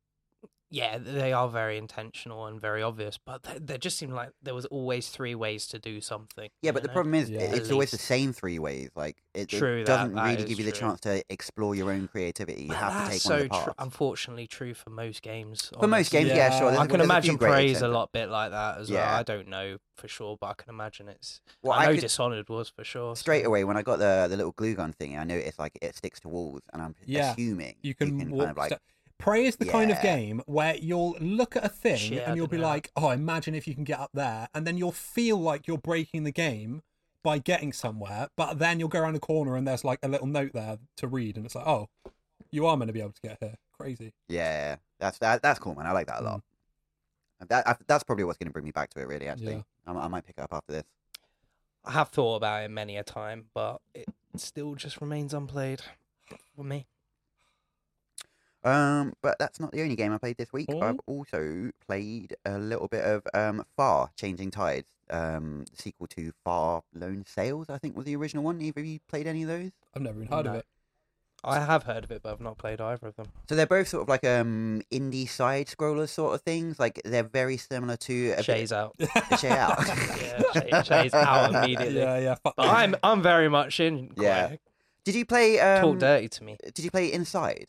yeah, they are very intentional and very obvious, but th- there just seemed like there was always three ways to do something. Yeah, you but the know? problem is Yeah. it's At always the least. same three ways. Like it, it True, that- doesn't that really is give you the true. chance to explore your own creativity. You But have to that's take so one of the tru- paths. unfortunately true for most games. For most honestly. games, yeah, Yeah. sure. there's- I can there's a few imagine great praise a exceptions. lot bit like that as Yeah. well. I don't know for sure, but I can imagine it's. Well, I know I could, Dishonored was for sure. so- straight away when I got the the little glue gun thing, I noticed like it sticks to walls, and I'm Yeah. assuming You can, walk. kind of like sta- Prey is the kind of Yeah. game where you'll look at a thing Shit, I and you'll didn't be know that. like, "Oh, imagine if you can get up there," and then you'll feel like you're breaking the game by getting somewhere, but then you'll go around a corner and there's like a little note there to read, and it's like, "Oh, you are meant to be able to get here." Crazy. yeah, that's that, that's cool, man. I like Hmm. that a lot. That I, that's probably what's going to bring me back to it, really. Actually, Yeah. I, mi- I might pick it up after this. I have thought about it many a time, but it still just remains unplayed for me. Um, but that's not the only game I played this week. I've also played a little bit of um Far Changing Tides, um, the sequel to Far Lone Sales. I think was the original one. Either of you played any of those? I've never even heard of No. it. I have heard of it, but I've not played either of them. So they're both sort of like um indie side scrollers sort of things. Like they're very similar to a bit- Shay's out. Shay out. Yeah, Shay- Shay's out immediately. Yeah, yeah. Fuck But I'm I'm very much in. Yeah. Quite. Did you play Talk um? dirty to me. Did you play Inside?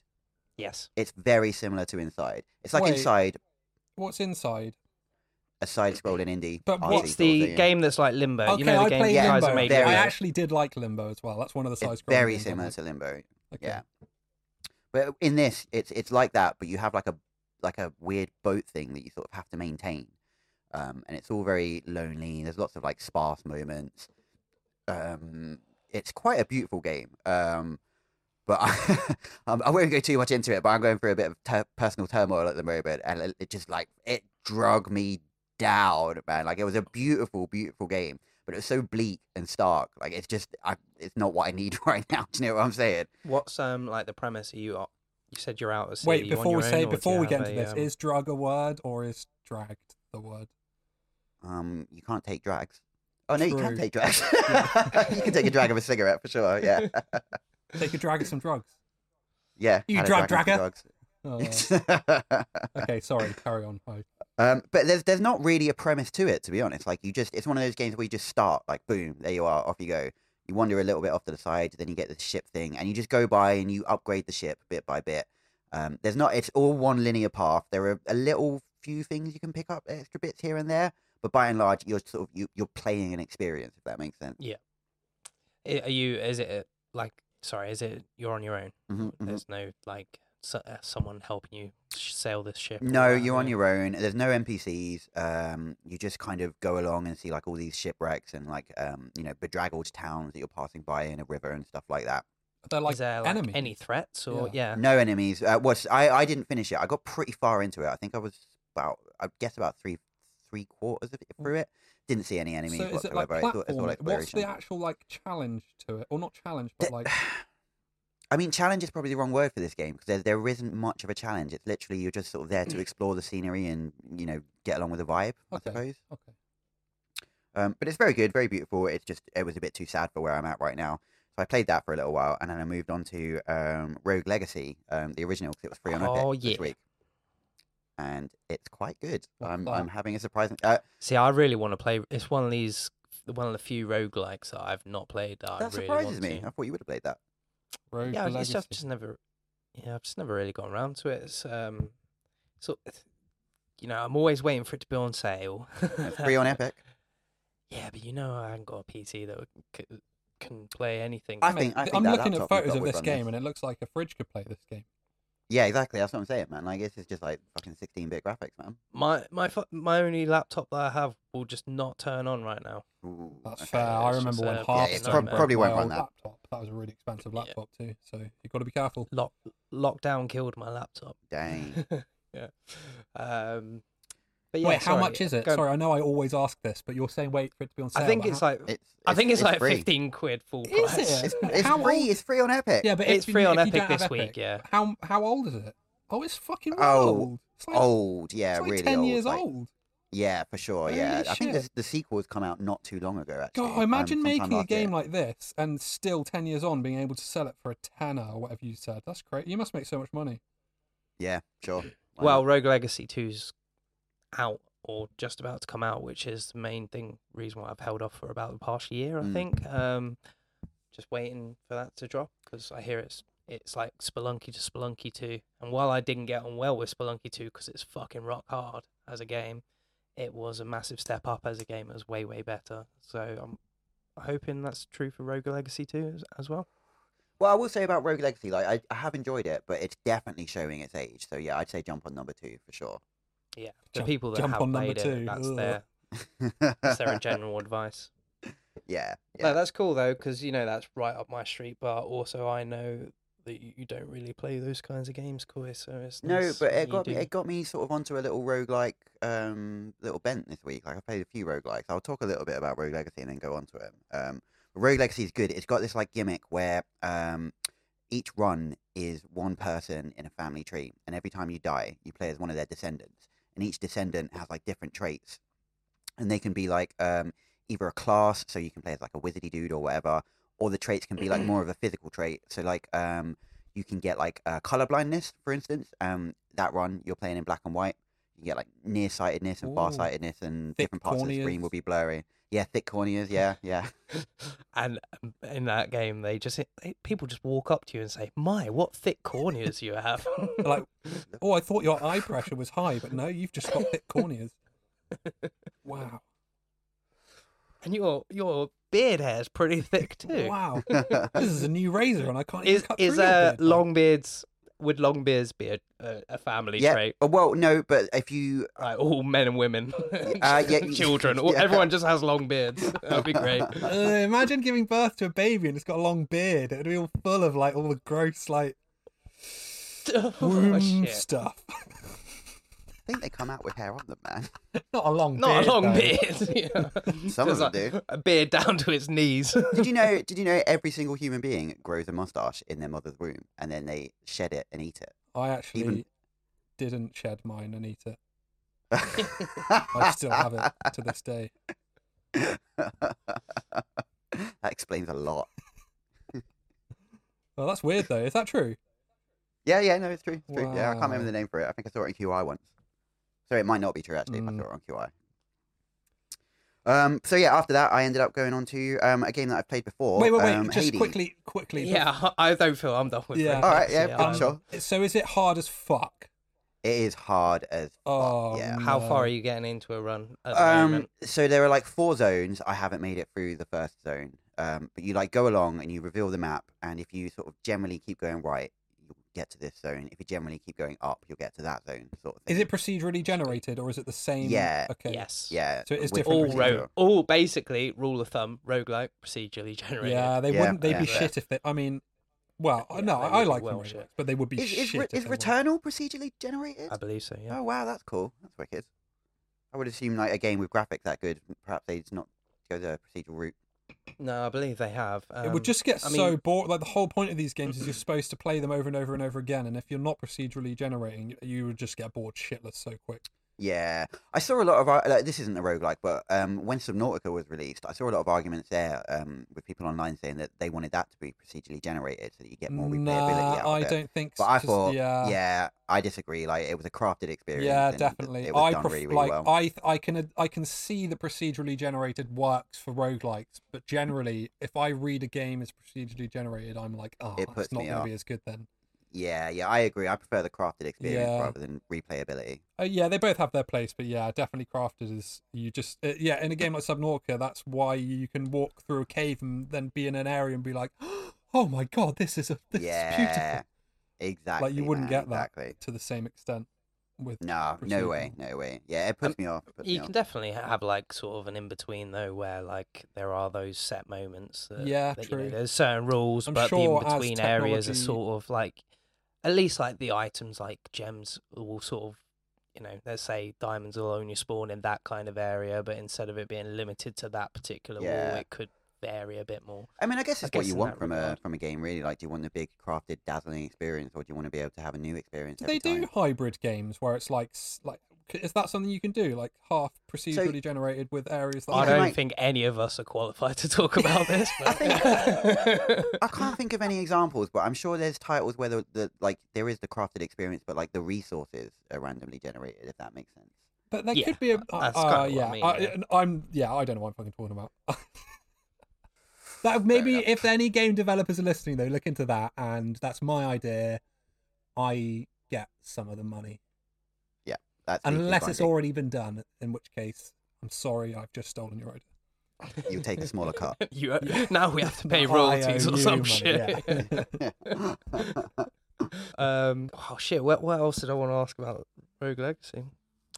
Yes. It's very similar to Inside. It's like Wait. Inside, What's inside? a side-scrolling indie. But RC What's What's sort of the thing. game that's like Limbo? okay, Uh, you know the I game played you guys Limbo. have made. Very I good. actually did like Limbo as well. That's one of the side It's scrolling. very games I similar like. to Limbo. Okay. yeah. But in this, it's it's like that, but you have like a like a weird boat thing that you sort of have to maintain, um, and it's all very lonely. There's lots of like sparse moments. Um, it's quite a beautiful game. Um, but I, um, I won't go too much into it. But I'm going through a bit of tur personal turmoil at the moment, and it, it just like it drug me down, man. Like it was a beautiful, beautiful game, but it was so bleak and stark. Like it's just, I, it's not what I need right now. Do you know what I'm saying? What's um like the premise? Are you o- you said you're out. Of Wait, before we say before we get into this, is drug a word or is dragged the word? um, you can't take drags. Oh no, you can True. take drags. you can take a drag of a cigarette for sure. Yeah, Take a drag at some drugs. yeah. You Oh. had a drug drag on Oh, some drugs. okay, sorry. Carry on. I- um, but there's there's not really a premise to it, to be honest. Like you just, it's one of those games where you just start, like boom, there you are, off you go. You wander a little bit off to the side, then you get the ship thing, and you just go by and you upgrade the ship bit by bit. Um, there's not, it's all one linear path. There are a little few things you can pick up, extra bits here and there, but by and large, you're sort of you, you're playing an experience, if that makes sense. is are you is it uh, like sorry? Is it you're on your own? Mhm, mhm. There's no like so, uh, someone helping you sh- sail this ship. or No, whatever, you're on yeah? your own. There's no NPCs. Um, you just kind of go along and see like all these shipwrecks and like um, you know, bedraggled towns that you're passing by in a river and stuff like that. They're like is there like enemies. any threats or yeah? No enemies. Uh, was I? I didn't finish it. I got pretty far into it. I think I was about, I guess, about three, three quarters of it through it. Didn't see any enemies Mm. so is it like whatsoever. it's all, it's all platforming? What's the exploration. actual like challenge to it, or not challenge, but The- like I mean, challenge is probably the wrong word for this game because there, there isn't much of a challenge. It's literally you're just sort of there to explore the scenery and you know get along with the vibe. I Mm. Okay. suppose. okay, Um, but it's very good, very beautiful. It's just it was a bit too sad for where I'm at right now. So I played that for a little while, and then I moved on to um, Rogue Legacy, um, the original, because it was free on Oh, iPad yeah. this week, and it's quite good. What's I'm that? I'm having a surprising. Uh, See, I really want to play. It's one of these, one of the few roguelikes that I've not played. That, I that really surprises want me. to. I thought you would have played that. Rogue yeah, it's Legacy. just, I've just never, yeah, I've just never really gotten around to it. It's um, so you know, I'm always waiting for it to be on sale. It's free on Epic. yeah, but you know, I haven't got a PC that would- c- can play anything. I I mean, think I think am that laptop looking at you've got photos of would this run game, and it looks like a fridge could play this game. Yeah, exactly. That's what I'm saying, man. Like this is just like fucking 16-bit graphics, man. my my fu- my only laptop that I have will just not turn on right now. Ooh, That's okay. fair. I it's just remember when a- half Yeah, it's Stone prob- broke probably my won't run old that. laptop. That was a really expensive Yeah. laptop too, so you've got to be careful. Lock lockdown killed my laptop. Dang. yeah. Um. But yeah, wait, how sorry, much is it? go- Sorry, I know I always ask this, but you're saying wait for it to be on sale. I think but it's how- like It's, I think it's, like free. 15 quid full Is price. it? It's, it's How free. old- It's free on Epic. yeah, but It's if free you, on if you Epic don't have this week, yeah. How how old is it? Oh, it's fucking Oh, old. It's like, Old, yeah, it's like really ten old. years like- old. Yeah, for sure. Holy yeah, I think shit. this, the sequel's come out not too long ago. Actually, God, imagine um, sometime making a last year. game like this and still ten years on being able to sell it for a tenner or whatever you said. That's great. You must make so much money. Yeah, sure. Why well, not? Rogue Legacy 2's out or just about to come out, which is the main thing reason why I've held off for about the past year, I Mm. think. Um, just waiting for that to drop because I hear it's it's like Spelunky to Spelunky 2. And while I didn't get on well with Spelunky 2 because it's fucking rock hard as a game, it was a massive step up as a game. It was way way better. So I'm hoping that's true for Rogue Legacy 2 as, as well. well, I will say about Rogue Legacy, like I, I have enjoyed it, but it's definitely showing its age. So yeah, I'd say jump on number two for sure. Yeah, the Jump- people that jump have on number played it, two. that's Ugh. their that's their general advice. yeah, No, yeah. that's cool though, because you know that's right up my street. But also, I know that you you don't really play those kinds of games, Koi. So it's No, nice but when it you got me, do. it got me sort of onto a little roguelike um little bent this week. Like I played a few roguelikes. I'll talk a little bit about Rogue Legacy and then go on to it. Um Rogue Legacy is good. It's got this like gimmick where um each run is one person in a family tree and every time you die you play as one of their descendants. And each descendant has like different traits. And they can be like um either a class, so you can play as like a wizardy dude or whatever, or the traits can be Mm-hmm. like more of a physical trait. So like um you can get like uh, color blindness, for instance. Um, that run you're playing in black and white, you get like nearsightedness and Ooh. farsightedness, and Thick different parts of the screen will corneas. be blurry. Yeah, thick corneas. Yeah, yeah. and um, in that game, they just they, people just walk up to you and say, "My, what thick corneas you have!" Like, oh, I thought your eye pressure was high, but no, you've just got thick corneas. Wow. and your your beard hair's pretty thick too. Wow. This is a new razor, and I can't Is even cut is through your uh, beard, man. long beards would long beards be a, a, a family yeah. trait? uh, Well, no, but if you, Like all men and women, uh, yeah, you- children, all, yeah. everyone just has long beards. That'd be great. Uh, imagine giving birth to a baby and it's got a long beard. It'd be all full of like all the gross like womb Oh, shit. stuff. I think they come out with hair on them, man. Not a long Not beard. a long though. beard. yeah. Some of Just like them do. A beard down to its knees. Did you know? Did you know every single human being grows a mustache in their mother's womb, and then they shed it and eat it. I actually Even- didn't shed mine and eat it. I still have it to this day. that explains a lot. Well, that's weird though. Is that true? Yeah, yeah, no, it's true. It's true. Yeah, I can't remember Wow. the name for it. I think I saw it in QI once. So it might not be true actually. If I Mm. saw it on QI. Um, so yeah, after that, I ended up going on to um, a game that I've played before. wait, wait, wait. um, just Hades. quickly, quickly. yeah, I I don't feel I'm done with Yeah. Red All right, Dead, yeah, so I'm sure. So is it hard as fuck? It is hard as fuck. Oh, yeah. no. Um, How far are you getting into a run at the Um, moment? so there are like four zones. I haven't made it through the first zone. Um, but you like go along and you reveal the map, and if you sort of generally keep going right, you'll get to this zone. If you generally keep going up, you'll get to that zone. Sort of. Thing. Is it procedurally generated or is it the same? Yeah. Okay. Yes. Yeah. So it is with different All Different procedural. road, all basically rule of thumb, roguelike, procedurally generated. Yeah, they Yeah, wouldn't. They'd yeah. be shit if they. I mean, well, Yeah, no, they I would be like well them, shit. but they would be Is, is, shit. re- if is they were. Returnal procedurally generated? I believe so. Yeah. Oh wow, that's cool. That's wicked. I would assume like a game with graphics that good, perhaps they'd not go the procedural route. No, I believe they have. it would um, just get I so mean- bored. Like the whole point of these games is you're supposed to play them over and over and over again, and if you're not procedurally generating, you would just get bored shitless so quick. Yeah, I saw a lot of ar- like this isn't a roguelike, but um, when Subnautica was released, I saw a lot of arguments there um, with people online saying that they wanted that to be procedurally generated so that you get more replayability out of Nah, I it. don't think. But s- I just- thought, yeah, yeah. I disagree. Like it was a crafted experience. yeah, and th- definitely. It was I done pref- really, really like well. I th- I can ad- I can see the procedurally generated works for roguelikes, but generally, if I read a game as procedurally generated, I'm like, oh, It puts it's not me going to off. be as good then. Yeah, yeah, I agree. I prefer the crafted experience Yeah. rather than replayability. Uh, yeah, they both have their place, but yeah, definitely crafted is you just uh, yeah. In a game like Subnautica, that's why you can walk through a cave and then be in an area and be like, oh my god, this is a this is yeah, beautiful exactly. man, wouldn't get that. Exactly. to the same extent. With No, no way, no way. Yeah, it puts Um, me off. Puts You me can definitely have like sort of an in between though, where like there are those set moments. That, Yeah, that, you know, true. there's certain rules, I'm but sure the as in between areas are technology- sort of like, at least like the items like gems will sort of, you know, let's say diamonds will only spawn in that kind of area, but instead of it being limited to that particular Yeah. wall, it could vary a bit more. I mean, I guess I it's what guess you in want that from a regard. from a game, really. Like, do you want the big crafted, dazzling experience, or do you want to be able to have a new experience? Do every they do time? hybrid games where it's like s- like C- Is that something you can do? Like half procedurally generated with areas that I You are- don't like- think any of us are qualified to talk about this. But... I I can't think uh, of any examples, but I'm sure there's titles where the, the like there is the crafted experience, but like the resources are randomly generated. If that makes sense. But there Yeah, could be a. Uh, that's kinda uh, what I yeah, mean, I, yeah. and I'm. Yeah, I don't know what I'm fucking talking about. that maybe enough. if any game developers are listening, though, look into that. And that's my idea. I get some of the money, That's weekly unless it's grinding. already been done. In which case, I'm sorry, I've just stolen your idea. you take a smaller cut. you now we have to pay I owe royalties or you some money, shit. yeah. um, oh shit! What, what else did I want to ask about Rogue Legacy?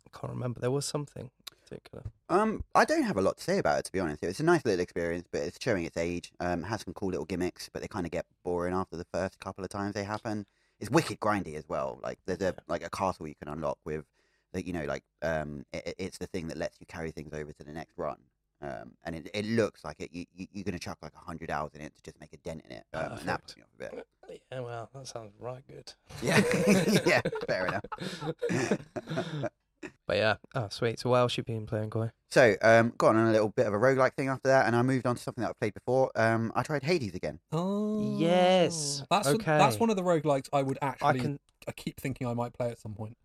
I can't remember. There was something in particular. um, I don't have a lot to say about it to be honest. It's a nice little experience, but it's showing its age. Um, has some cool little gimmicks, but they kind of get boring after the first couple of times they happen. It's wicked grindy as well. Like there's a like a castle you can unlock with, that you know like um, it, it- it's the thing that lets you carry things over to the next run. Um, and it, it looks like it. You, you, you're gonna chuck like hundred hours in it to just make a dent in it. Um, and Perfect. that puts me off a bit. Yeah, well, that sounds right good. Yeah, yeah, fair enough. but yeah, oh sweet. So what else you been playing, Koi? So, um, got on a little bit of a roguelike thing after that, and I moved on to something that I played before. Um, I tried Hades again. Oh, Yes, That's one- that's okay. one of the roguelikes I would I actually. I, can. keep thinking I might play at some point.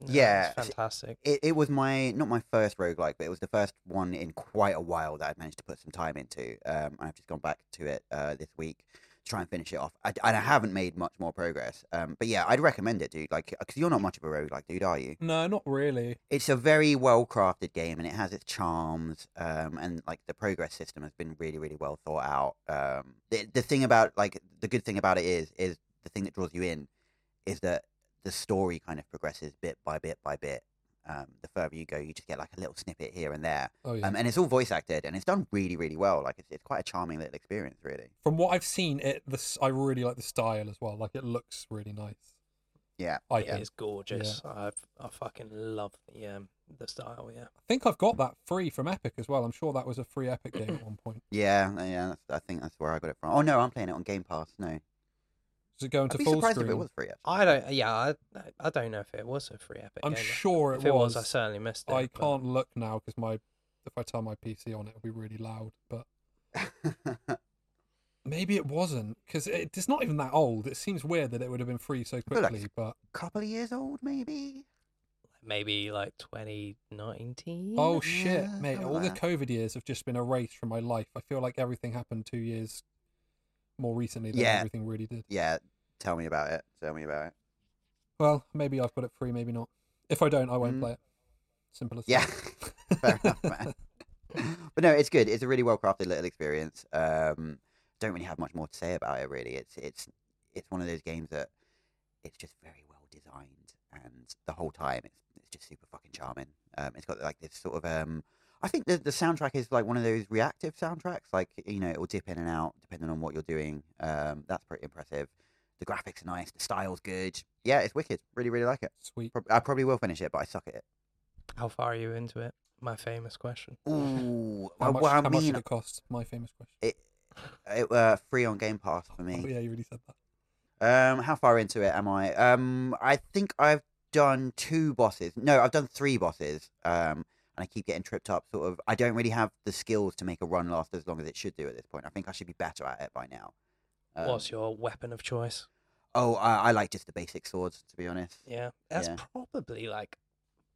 no, it's Yeah, it's- fantastic. It, it was my not my first roguelike, but it was the first one in quite a while that I've managed to put some time into. Um, and I've just gone back to it uh, this week to try and finish it off. I, and I haven't made much more progress. Um, but yeah, I'd recommend it, dude. Like, because you're not much of a roguelike, dude, are you? No, not really. it's a very well crafted game and it has its charms um, and like the progress system has been really really well thought out um, the, the thing about like the good thing about it is is the thing that draws you in is that the story kind of progresses bit by bit by bit um, the further you go you just get like a little snippet here and there Oh yeah. um, and it's all voice acted and it's done really really well like it's, it's quite a charming little experience really From what I've seen, it the s- I really like the style as well. Like it looks really nice. yeah I It think. is gorgeous. I've I fucking love the um the style. Yeah. I think I've got that free from Epic as well. I'm sure that was a free Epic game at one point. yeah yeah that's, i think that's where i got it from oh no i'm playing it on game pass no Is it going i'd to be full surprised screen? if it was free actually. I don't. Yeah, I, I don't know if it was a free epic. I'm game. sure it If it was, I was. certainly missed it. I but- can't look now because my if I turn my PC on, it'll be really loud. But maybe it wasn't because it's not even that old. It seems weird that it would have been free so feel like quickly. it's- But couple of years old maybe Maybe like 2019. oh shit, Yeah, mate! something All like the that. COVID years have just been erased from my life. I feel like everything happened two years more recently than Yeah. everything really did. Yeah, tell me about it. Tell me about it. Well, maybe I've got it free, maybe not. If I don't, I won't Mm. play it. Simple as Yeah, that. fair enough, man. But no, it's good. It's a really well crafted little experience. Um, don't really have much more to say about it. Really, it's it's it's one of those games that it's just very well designed, and the whole time it's it's just super fucking charming. Um, it's got like this sort of um. I think the, the soundtrack is like one of those reactive soundtracks. Like you know, it will dip in and out depending on what you're doing. Um, that's pretty impressive. The graphics are nice. The style's good. Yeah, it's wicked. Really, really like it. Sweet. Prob- I probably will finish it, but I suck at it. How far are you into it? My famous question. Ooh, How well, much, well, I how much mean, did it cost? My famous question. it, it uh, free on Game Pass for Oh, me. yeah, you really said that. Um, how far into it am I? Um, I think I've done two bosses. No, I've done three bosses. Um, and I keep getting tripped up. Sort of, I don't really have the skills to make a run last as long as it should do at this point. I think I should be better at it by now. Um, What's your weapon of choice? Oh, I, I like just the basic swords, to be honest. Yeah, that's yeah. probably like,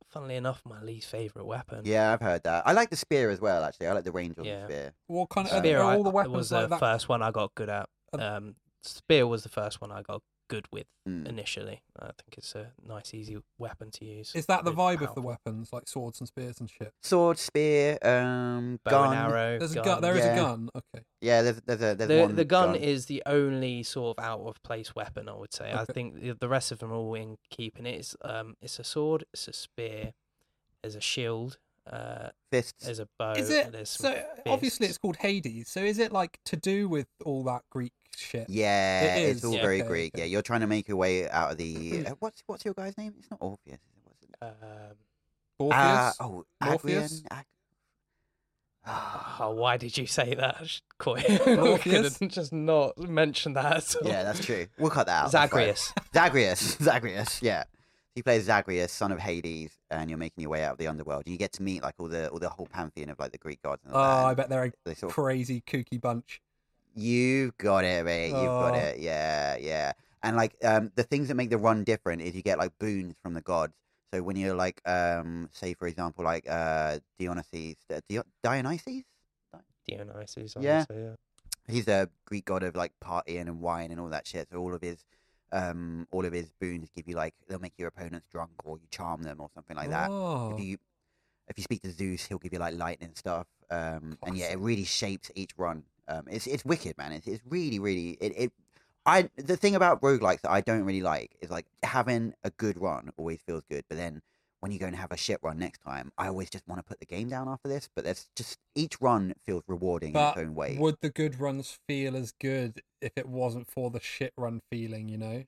funnily enough, my least favorite weapon. Yeah, I've heard that. I like the spear as well. Actually, I like the range on Yeah. the spear. What kind of spear. are I, all the I- weapons was the like that? first one I got good at. Um, Um, spear was the first one I got good with Mm. initially. I think it's a nice, easy weapon to use. Is that the Really vibe of the powerful. weapons, like swords and spears and shit? Sword, spear, um, Bow and gun. arrow. There's gun. a gun. There is Yeah. a gun. Okay. Yeah, there's there's a there's the, one the gun, gun. is the only sort of out of place weapon I would say. I Okay. think the- the rest of them are all in keeping. It's um, it's a sword, it's a spear, there's a shield, uh, fists. there's a bow. Is it and there's some so? Obviously, it's fists. called Hades. So is it like to do with all that Greek shit? Yeah, is, it's all yeah. very Okay, Greek. okay. Yeah, you're trying to make your way out of the. uh, what's what's your guy's name? It's not Orpheus. is it? What's it? Um, Orpheus? Uh, oh, Morpheus? Adrian. Ag- Ah, oh, why did you say that? Sh- Coy? Morpheus? Could just not mention that. At all. yeah, that's true. We'll cut that out. that's fine. Zagreus. Zagreus. Zagreus. Yeah. you play as Zagreus, son of Hades, and you're making your way out of the underworld. And you get to meet like all the all the whole pantheon of like the Greek gods. And Oh, all that. I and bet they're a They sort of crazy kooky bunch. You've got it, mate. You've got Oh. it. Yeah, yeah. And like um, the things that make the run different is you get like boons from the gods. So when you're like, um, say for example, like uh, Dionysus, uh, Dio- Dionysus, Dionysus. Yeah. Yeah. yeah. he's a Greek god of like partying and wine and all that shit. So all of his, um, all of his boons give you like they'll make your opponents drunk or you charm them or something like that. Oh. If you if you speak to Zeus, he'll give you like lightning stuff. Um, and yeah, it Classic. really shapes each run. Um, it's it's wicked, man. It's it's really really it. it I the thing about roguelikes that I don't really like is like having a good run always feels good, but then when you go and have a shit run next time, I always just want to put the game down after this. But that's just each run feels rewarding But in its own way. Would the good runs feel as good if it wasn't for the shit run feeling? You know.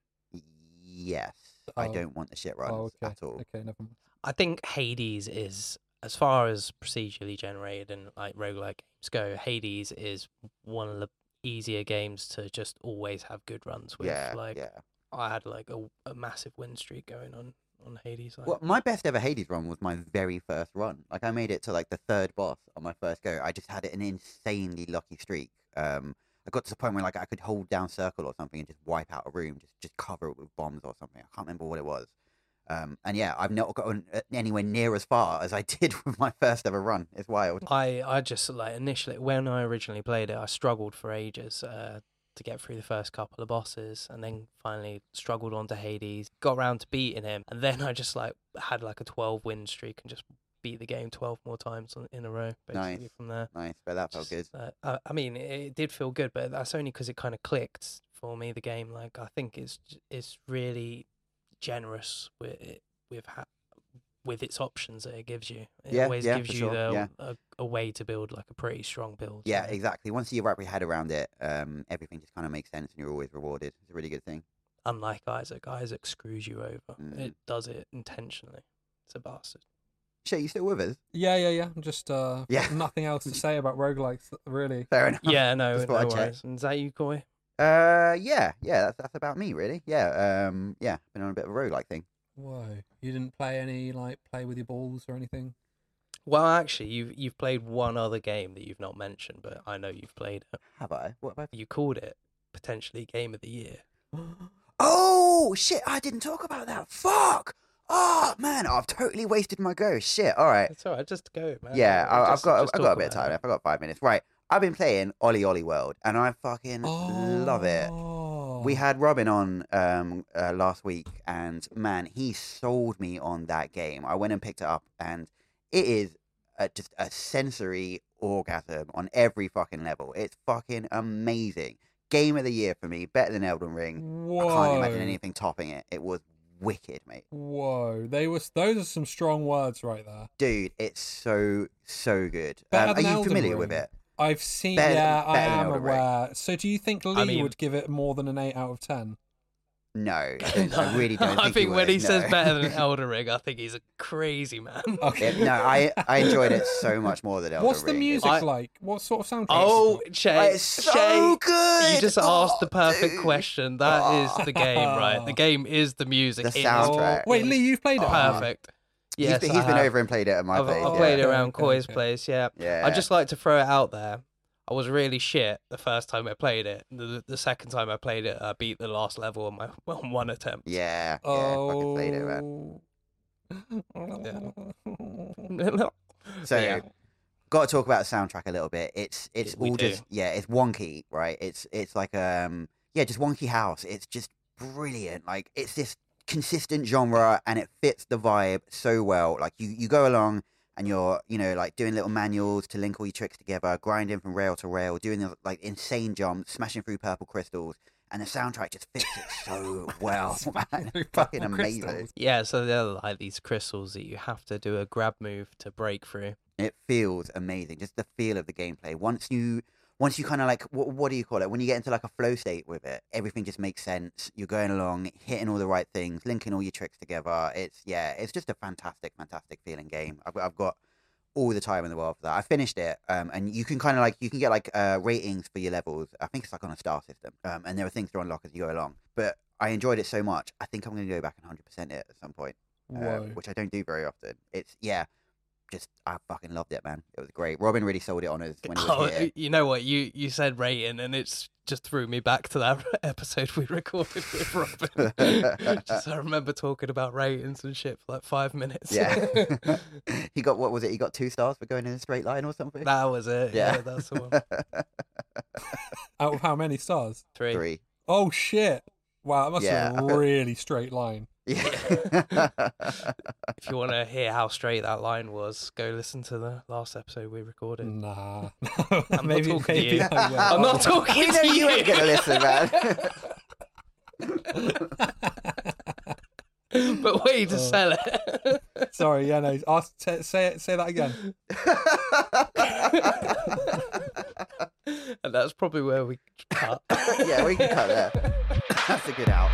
Yes, I Oh. don't want the shit runs oh, okay. at all. Okay, never mind. I think Hades is, as far as procedurally generated and like roguelike games go, Hades is one of the easier games to just always have good runs with. Yeah, like yeah. I had like a, a massive win streak going on on Hades. Like, Well, my best ever Hades run was my very first run. Like I made it to like the third boss on my first go. I just had an insanely lucky streak. Um, I got to the point where like I could hold down circle or something and just wipe out a room, just just cover it with bombs or something. I can't remember what it was. Um, and yeah, I've not gotten uh, anywhere near as far as I did with my first ever run. It's wild. I I just like initially when I originally played it, I struggled for ages uh, to get through the first couple of bosses, and then finally struggled onto Hades, got round to beating him, and then I just like had like a twelve win streak and just beat the game twelve more times on- in a row basically Nice. from there. Nice, but that felt Just, Oh, good. uh, I, I mean, it, it did feel good, but that's only because it kind of clicked for me. The game, like, I think it's j- it's really generous with it, with ha- with its options that it gives you. It Yeah, always yeah, gives for you sure, the, yeah. a, a way to build like a pretty strong build. Yeah, so exactly. Once you wrap your head around it, um, everything just kind of makes sense, and you're always rewarded. It's a really good thing. unlike Isaac, Isaac screws you over. Mm. It does it intentionally. It's a bastard. Sure, you still with us? Yeah, yeah, yeah. I'm just uh, Yeah. nothing else to say about roguelikes, really. Fair enough. yeah, no, just thought no I'd check. worries. And is that you, Coy? Uh, yeah, yeah, that's, that's about me, really. Yeah, um, yeah, been on a bit of a roguelike thing. Whoa, you didn't play any like play with your balls or anything. Well, actually, you've you've played one other game that you've not mentioned, but I know you've played it. Have I? What have I? You called it potentially game of the year. Oh shit! I didn't talk about that. Fuck! Oh man, I've totally wasted my go. Shit. All right. It's all right, just go, man. Yeah, Like, I, just- I've got just I've got a talk bit about of time it. left. I've got five minutes. Right. I've been playing Ollie Ollie World, and I fucking love it. Oh. We had Robin on um, uh, last week, and man, he sold me on that game. I went and picked it up, and it is uh just a sensory orgasm on every fucking level. It's fucking amazing. Game of the year for me, better than Elden Ring. Whoa. I can't imagine anything topping it. It was wicked, mate. Whoa, they was those are some strong words right there. Dude, it's so so good. Um, Better are than you Elden familiar with Ring. it? I've seen. Better than- yeah, I better than am Elden Ring. aware. So, do you think Lee mean- would give it more than an eight out of ten? No, I, don't- I No. really don't. I think, think you when would, he says no. better than Elder Ring, I think he's a crazy man. Yeah, no, I I enjoyed it so much more than Elden What's the Ring. It's music I- like? What sort of soundtrack? oh, Oh, Shay, it's so Shay, good. you just Oh, asked the perfect dude. Oh. question. That is the game, right? The Ah. game is the music. The It is Oh, soundtrack. wait, Lee, you've played it. Ah. perfect. He's Yes, been- I he's been have. over and played it at my I've, place. I've yeah. played it Okay, around okay, Coy's okay. place. Yeah. Yeah. I just like to throw it out there. I was really shit the first time I played it. The, the second time I played it, I beat the last level on my on one attempt. Yeah. Yeah. Fucking Oh. played it, man. Oh. So Yeah. got to talk about the soundtrack a little bit. It's it's We all do. just yeah. It's wonky, right? It's it's like um yeah, just wonky house. It's just brilliant. Like it's this consistent genre and it fits the vibe so well. Like you you go along and you're you know like doing little manuals to link all your tricks together, grinding from rail to rail, doing the, like insane jumps, smashing through purple crystals, and the soundtrack just fits it so well, man. Through Fucking purple amazing. crystals. Yeah, so they're like these crystals that you have to do a grab move to break through. It feels amazing. Just the feel of the gameplay. Once you, once you kind of like, what, what do you call it? When you get into like a flow state with it, everything just makes sense. You're going along, hitting all the right things, linking all your tricks together. It's yeah, it's just a fantastic, fantastic feeling game. I've got, I've got all the time in the world for that. I finished it, um, and you can kind of like, you can get like uh, ratings for your levels. I think it's like on a star system, um, and there are things to unlock as you go along. But I enjoyed it so much. I think I'm going to go back and 100% it at some point, uh, Whoa. which I don't do very often. It's yeah, just I fucking loved it, man. It was great. Robin really sold it on us when he Oh, was here. you know what? You you said rating, and it's just threw me back to that episode we recorded with Robin. just, I remember talking about ratings and shit for like five minutes. Yeah, he got what was it? He got two stars for going in a straight line or something. that was it. Yeah, Yeah. that's the one. Out of how many stars? Three. Three. Oh shit! Wow, that must have been Yeah. a really straight line. Yeah. If you want to hear how straight that line was, go listen to the last episode we recorded. Mm. Nah, not maybe talking to maybe you. I will. I'm not talking we know to Oh. you ain't gonna listen, man. but way to Oh. sell it. Sorry, yeah, no. Ask, say, say it- say that again. and that's probably where we cut. yeah, we can cut there. That's a good out.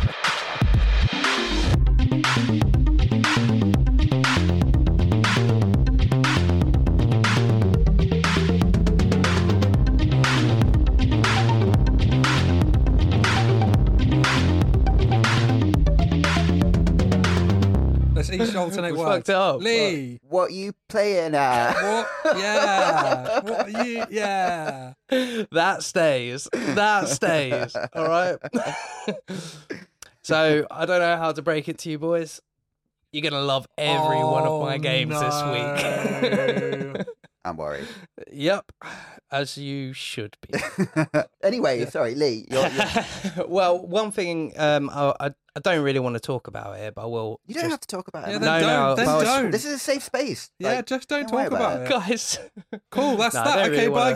Let's each alternate We words. fucked it up, Lee, What you playing at? what? Yeah, what are you? Yeah. that stays. That stays. All right. so I don't know how to break it to you boys. You're gonna love every one of my Oh, games this no. week. I'm worried. yep, as you should be. anyway, sorry, Lee. You're, you're, well, one thing um, I, I I don't really want to talk about it, but I will. you don't just... have to talk about it. Yeah, man. No, then no, don't. then but- don't. This is a safe space. yeah, Like, just don't don't worry talk about about it. guys. Cool, that's No, I that. don't Okay, really bye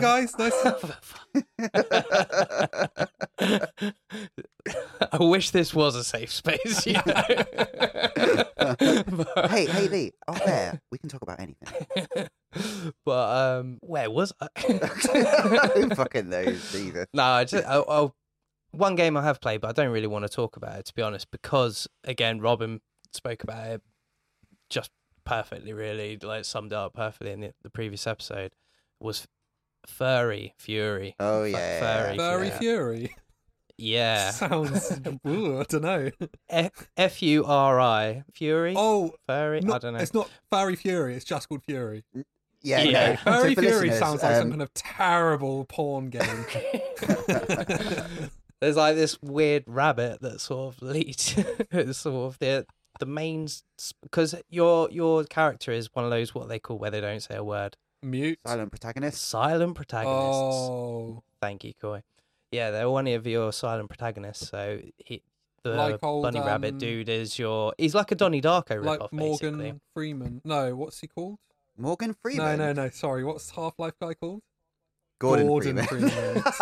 wanna- guys. Nice. I wish this was a safe space. You know? but, hey, hey, Lee. Off there, we can talk about anything. but um, where was Who I? fucking knows? Jesus. no, I just I, I, one game I have played, but I don't really want to talk about it to be honest, because again, Robin spoke about it just perfectly, really, like summed it up perfectly in the, the previous episode. Was Furry Fury? Oh Fu- yeah. Furry Furry Fury. Yeah, Sounds. Ooh, I don't know. F- F U R I Fury. Oh, Furry. not, I don't know. it's not Furry Fury. It's just called Fury. Yeah. Yeah. No. So Furry for Fury listeners, sounds like um, some kind of terrible porn game. There's like this weird rabbit that sort of leads sort of the the main because your your character is one of those what they call where they don't say a word Mute. silent protagonist. silent protagonists. Oh, Thank you, Coy. Yeah, they're one of your silent protagonists. So he, the Like old, bunny rabbit um, dude is your he's like a Donnie Darko ripoff, like Morgan basically. Freeman. No, what's he called? Morgan Freeman. No, no, no. Sorry, what's Half Life guy called? Gordon, Gordon Freeman. Freeman.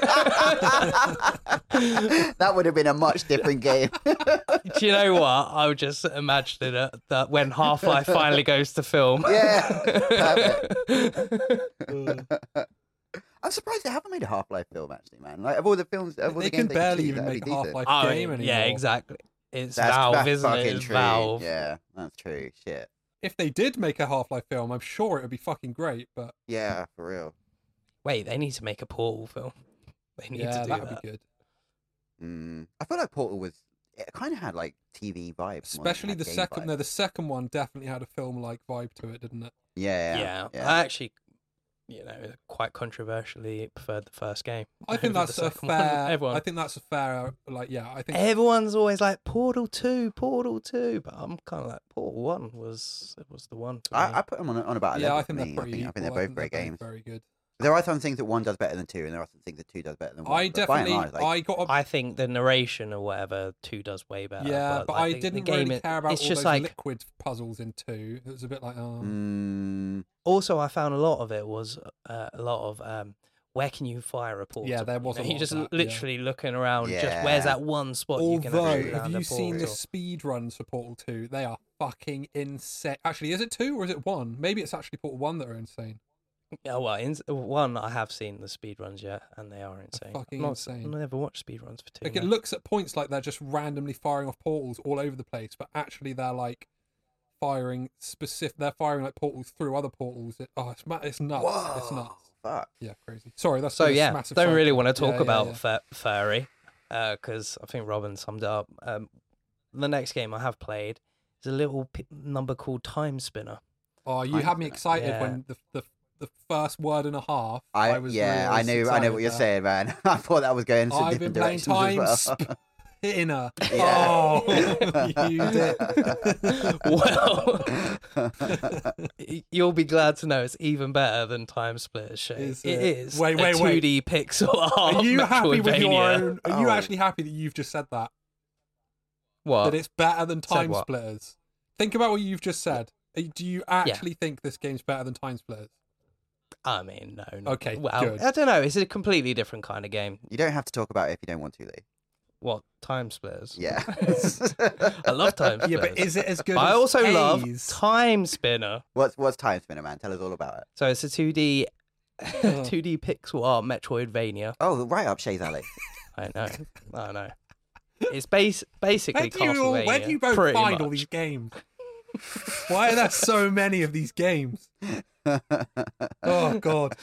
that would have been a much different game. Do you know what? I was just imagining it, uh, that when Half Life finally goes to film. yeah. Perfect. Ugh. I'm surprised they haven't made a Half-Life film actually, man. Like of all the films, of all they the can games barely they even could choose, make that'd be decent. Half Life Oh, game anymore. yeah, exactly. It's That's, Valve, that's isn't it? fucking It's true. Valve. Yeah, that's true. Shit. If they did make a Half Life film, I'm sure it would be fucking great. But Yeah, for real. Wait, they need to make a Portal film. They need yeah, to do that'd that. be good. Mm. I feel like Portal was. It kind of had like TV vibes, more than it Especially had the game second. No, vibes. the second one definitely had a film-like vibe to it, didn't it? Yeah, yeah, yeah. I actually, you know, quite controversially preferred the first game. I think over the that's a second one. fair. Everyone, I think that's a fair. uh, Like, yeah, I think everyone's always like Portal Two, Portal Two, but I'm kind of like Portal One was was the one. For me. I, I put them on, on about a yeah, level I for think me. they're pretty. I think, I think they're equal. both great they're games. Very good. There are some things that one does better than two, and there are some things that two does better than one. I but by and definitely. large, like, I got. A, I think the narration or whatever two does way better. yeah, but like, I the- the didn't game really it- care about It's all just those like liquid puzzles in two. It was a bit like, oh, Mm, also I found a lot of it was uh, a lot of um, where can you fire a portal? Yeah, there You was know, a lot You're of just that, yeah. literally looking around. Just where's Yeah. that one spot you can Although, actually have land a you seen the portal? speed runs for Portal 2? They are fucking insane. Actually, is it 2 or is it 1? Maybe it's actually Portal 1 that are insane. Yeah, well, Oh, in, one I have seen the speed runs yet, and they are insane. I've fucking not s- insane. I never watched speed runs for two. Like, it no. looks at points like they're just randomly firing off portals all over the place, but actually they're like firing specific. They're firing like portals through other portals. It, oh, it's, ma- it's nuts. It's whoa, nuts. Fuck. Yeah, crazy. Sorry, that's so been a yeah, massive don't side really track. want to talk Yeah, yeah, about yeah. fur- furry. because I think Robin summed it up. Um, the next game I have played is a little p- number called Time Spinner. Oh, you had me Mindset. excited Yeah. when the, the the first word and a half. I, I, was yeah, really I knew I excited know what you're there. saying, man. I thought that was going some I've been different playing directions time as well. spinner. Yeah. Oh, you did. well, y- you'll be glad to know it's even better than Time Splitter. Shade. Is it it? is Wait, wait, a wait. 2D pixel art. Are you happy with your Metroidvania. own? Are you Oh. actually happy that you've just said that? What? That it's better than Said Time what? Splitters. Think about what you've just said. Uh, Do you actually think this game's better than Time Splitters? I mean, no. no. Okay, Well, good. I don't know. It's a completely different kind of game. you don't have to talk about it if you don't want to, Lee. What Time Splitters? Yeah. I love Time Splitters. Yeah, but is it as good? But I as also love Haze? Time Spinner. what's what's time spinner, man? Tell us all about it. So it's a 2D, 2D pixel art Metroidvania. Oh, right up Shay's alley. I know. I know. It's base Where basically do you all, Castlevania. where do you both pretty find much. all these games? Why are there so many of these games? Oh God!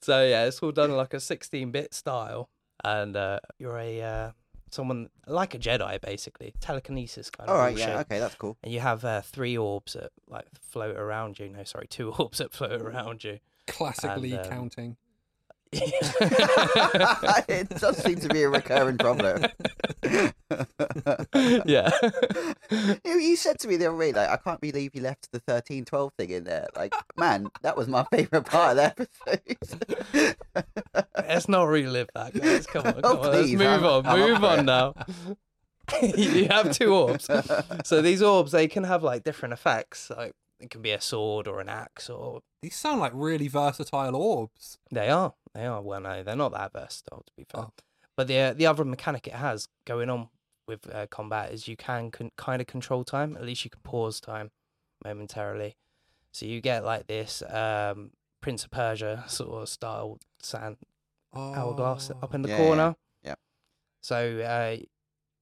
So yeah, it's all done in, like a 16-bit style, and uh, you're a uh, someone like a Jedi basically, telekinesis kind all of right, bullshit. yeah, okay, that's cool. And you have uh, three orbs that like float around you. No, sorry, two orbs that float around you. Classic And, Lee um, counting. it does seem to be a recurring problem. yeah. You, you said to me the other week, like, I can't believe you left the thirteen twelve thing in there. Like, man, that was my favourite part of the episode. Let's not relive that, guys. Come on, come Oh, on. Let's please, move I'm- on. I'm up move for on it. now. you have two orbs. So these orbs, they can have like different effects. Like it can be a sword or an axe, or These sound like really versatile orbs. they are. They are. Well, no, they're not that versatile, to be fair. Oh. But the uh, the other mechanic it has going on with uh, combat is you can con- kind of control time. At least you can pause time momentarily. So you get like this um, Prince of Persia sort of style sand hourglass Oh. up in the Yeah, yeah, corner. yeah. So uh,